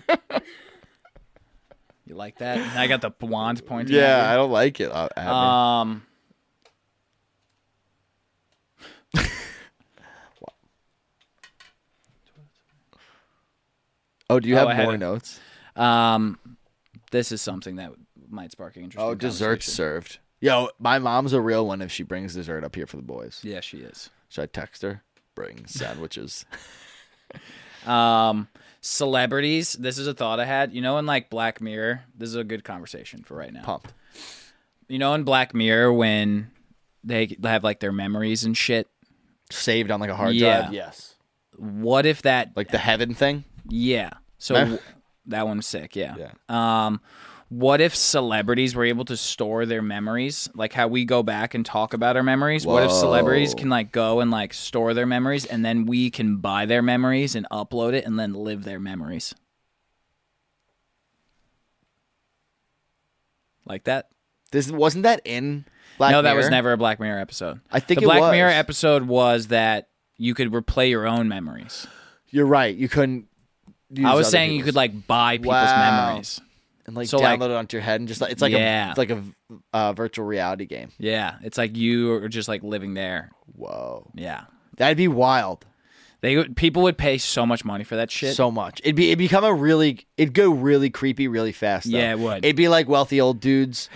[SPEAKER 3] You like that? And I got the blonde pointing.
[SPEAKER 5] yeah, I don't like it. uh, I,
[SPEAKER 3] At you.
[SPEAKER 5] I
[SPEAKER 3] Um.
[SPEAKER 5] oh, do you
[SPEAKER 3] oh,
[SPEAKER 5] have
[SPEAKER 3] I had
[SPEAKER 5] more
[SPEAKER 3] it.
[SPEAKER 5] notes?
[SPEAKER 3] Um. This is something that might spark an interesting.
[SPEAKER 5] Oh, dessert
[SPEAKER 3] conversation.
[SPEAKER 5] served. Yo, my mom's a real one if she brings dessert up here for the boys.
[SPEAKER 3] Yeah, she is.
[SPEAKER 5] Should I text her? Bring sandwiches.
[SPEAKER 3] Um. Celebrities. This is a thought I had. You know, in like Black Mirror, this is a good conversation for right now.
[SPEAKER 5] Pumped.
[SPEAKER 3] You know, in Black Mirror, when they have like their memories and shit.
[SPEAKER 5] Saved on like a hard
[SPEAKER 3] Yeah.
[SPEAKER 5] drive. Yes.
[SPEAKER 3] What if that?
[SPEAKER 5] Like the heaven thing.
[SPEAKER 3] Yeah. So
[SPEAKER 5] Meh.
[SPEAKER 3] w- that one was sick. Yeah. Um, what if celebrities were able to store their memories, like how we go back and talk about our memories? What if celebrities
[SPEAKER 5] Whoa.
[SPEAKER 3] can like go and like store their memories, and then we can buy their memories and upload it, and then live their memories? Like that?
[SPEAKER 5] This wasn't that in Black
[SPEAKER 3] no, that was
[SPEAKER 5] Mirror?
[SPEAKER 3] never a Black Mirror episode.
[SPEAKER 5] I think
[SPEAKER 3] the
[SPEAKER 5] it
[SPEAKER 3] Black
[SPEAKER 5] was.
[SPEAKER 3] Mirror episode was that you could replay your own memories.
[SPEAKER 5] You're right. You couldn't. Use
[SPEAKER 3] I was
[SPEAKER 5] other
[SPEAKER 3] saying you
[SPEAKER 5] people's.
[SPEAKER 3] could like buy people's
[SPEAKER 5] Wow.
[SPEAKER 3] memories.
[SPEAKER 5] and like
[SPEAKER 3] so,
[SPEAKER 5] download
[SPEAKER 3] like-
[SPEAKER 5] it onto your head and just like it's like a
[SPEAKER 3] Yeah.
[SPEAKER 5] it's like a uh, virtual reality game.
[SPEAKER 3] Yeah, it's like you are just like living there.
[SPEAKER 5] Whoa,
[SPEAKER 3] Yeah,
[SPEAKER 5] that'd be wild.
[SPEAKER 3] they would- people would pay so much money for that shit.
[SPEAKER 5] So much. It'd be it'd become a really it'd go really creepy really fast. Though.
[SPEAKER 3] Yeah, it would.
[SPEAKER 5] It'd be like wealthy old dudes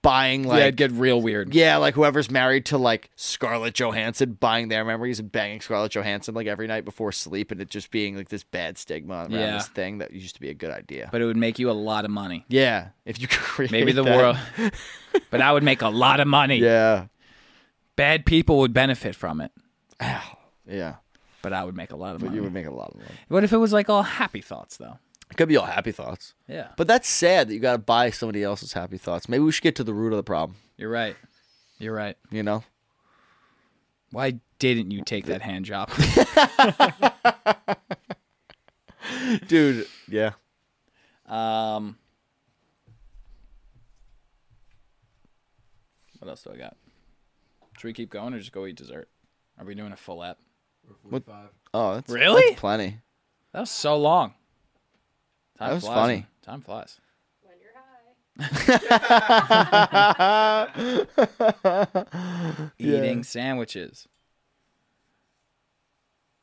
[SPEAKER 5] buying
[SPEAKER 3] yeah, it'd
[SPEAKER 5] like
[SPEAKER 3] get real weird.
[SPEAKER 5] yeah, like whoever's married to like Scarlett Johansson buying their memories and banging Scarlett Johansson like every night before sleep and it just being like this bad stigma around
[SPEAKER 3] Yeah.
[SPEAKER 5] this thing that used to be a good idea.
[SPEAKER 3] but it would make you a lot of money.
[SPEAKER 5] yeah, if you could create
[SPEAKER 3] Maybe the
[SPEAKER 5] that.
[SPEAKER 3] world, but I would make a lot of money.
[SPEAKER 5] Yeah.
[SPEAKER 3] Bad people would benefit from it,
[SPEAKER 5] Yeah.
[SPEAKER 3] but I would make a lot of
[SPEAKER 5] But
[SPEAKER 3] money.
[SPEAKER 5] you would make a lot of money.
[SPEAKER 3] What if it was like all happy thoughts though?
[SPEAKER 5] It could be all happy thoughts.
[SPEAKER 3] Yeah,
[SPEAKER 5] But that's sad that you got to buy somebody else's happy thoughts. Maybe we should get to the root of the problem,
[SPEAKER 3] you're right. You're right.
[SPEAKER 5] you know?
[SPEAKER 3] Why didn't you take that hand job?
[SPEAKER 5] Dude, yeah.
[SPEAKER 3] um, what else do I got? Should we keep going or just go eat dessert? Are we doing a full app?
[SPEAKER 6] We're 45.
[SPEAKER 5] Oh, that's
[SPEAKER 3] Really?
[SPEAKER 5] that's plenty.
[SPEAKER 3] That was so long. Time
[SPEAKER 5] That was
[SPEAKER 3] flies,
[SPEAKER 5] funny.
[SPEAKER 3] man. Time flies.
[SPEAKER 7] When you're high.
[SPEAKER 3] Eating sandwiches.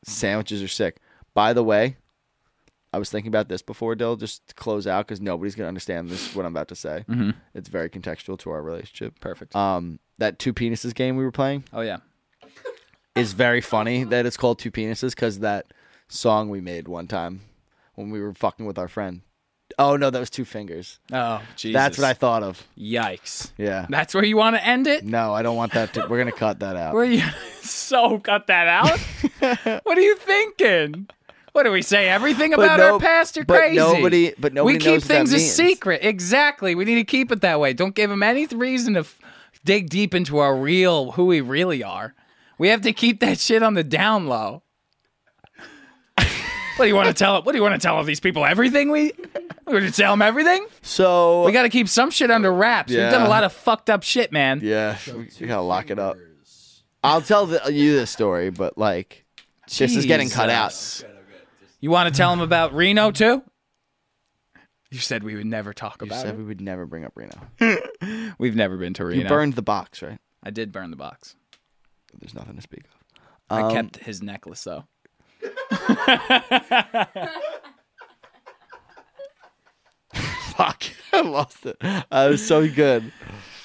[SPEAKER 5] Sandwiches are sick. By the way, I was thinking about this before, Dill, just to close out because nobody's gonna understand this what I'm about to say. It's very contextual to our relationship.
[SPEAKER 3] Perfect.
[SPEAKER 5] Um, that two penises game we were playing
[SPEAKER 3] oh yeah.
[SPEAKER 5] is very funny that it's called two penises because that song we made one time when we were fucking with our friend. Oh no, that was two fingers.
[SPEAKER 3] Oh Jesus.
[SPEAKER 5] That's what I thought of.
[SPEAKER 3] Yikes.
[SPEAKER 5] Yeah.
[SPEAKER 3] That's where you want to end it?
[SPEAKER 5] No, I don't want that to. We're gonna cut that out.
[SPEAKER 3] Where you so cut that out? what are you thinking? What do we say? Everything
[SPEAKER 5] But
[SPEAKER 3] about our
[SPEAKER 5] no-
[SPEAKER 3] past? You're
[SPEAKER 5] but
[SPEAKER 3] crazy.
[SPEAKER 5] nobody- but nobody
[SPEAKER 3] We keep
[SPEAKER 5] knows what that
[SPEAKER 3] things a
[SPEAKER 5] means.
[SPEAKER 3] secret. Exactly. We need to keep it that way. Don't give them any reason to f- dig deep into our real who we really are. We have to keep that shit on the down low. what do you want to tell? What do you want to tell all these people? Everything we? We want to tell them everything?
[SPEAKER 5] So
[SPEAKER 3] We got to keep some shit under wraps. We've done
[SPEAKER 5] Yeah.
[SPEAKER 3] a lot of fucked up shit, man.
[SPEAKER 5] Yeah, we,
[SPEAKER 6] two
[SPEAKER 5] we gotta lock it up.
[SPEAKER 6] fingers.
[SPEAKER 5] I'll tell the, you this story, but like, this is getting cut out.
[SPEAKER 3] Jesus.
[SPEAKER 6] Good, I'm good. Just-
[SPEAKER 3] You want to tell him about Reno too? You said we would never talk
[SPEAKER 5] You
[SPEAKER 3] about
[SPEAKER 5] said
[SPEAKER 3] it.
[SPEAKER 5] we would never bring up Reno.
[SPEAKER 3] We've never been to Reno.
[SPEAKER 5] You burned the box, right?
[SPEAKER 3] I did burn the box.
[SPEAKER 5] There's nothing to speak of. Um,
[SPEAKER 3] I kept his necklace though.
[SPEAKER 5] Fuck, I lost it. I was so good.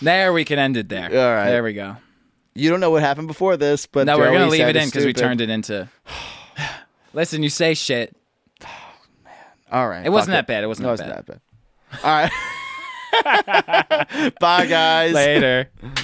[SPEAKER 3] There we can end it there.
[SPEAKER 5] All right.
[SPEAKER 3] There we go.
[SPEAKER 5] You don't know what happened before this, but
[SPEAKER 3] No, we're
[SPEAKER 5] Joey
[SPEAKER 3] gonna leave
[SPEAKER 5] said
[SPEAKER 3] it in
[SPEAKER 5] it's
[SPEAKER 3] because we
[SPEAKER 5] stupid.
[SPEAKER 3] turned it into. Listen, you say shit.
[SPEAKER 5] All right,
[SPEAKER 3] It wasn't
[SPEAKER 5] fuck
[SPEAKER 3] that bad. It wasn't
[SPEAKER 5] No,
[SPEAKER 3] that
[SPEAKER 5] It wasn't that bad. All right. Bye, guys.
[SPEAKER 3] Later.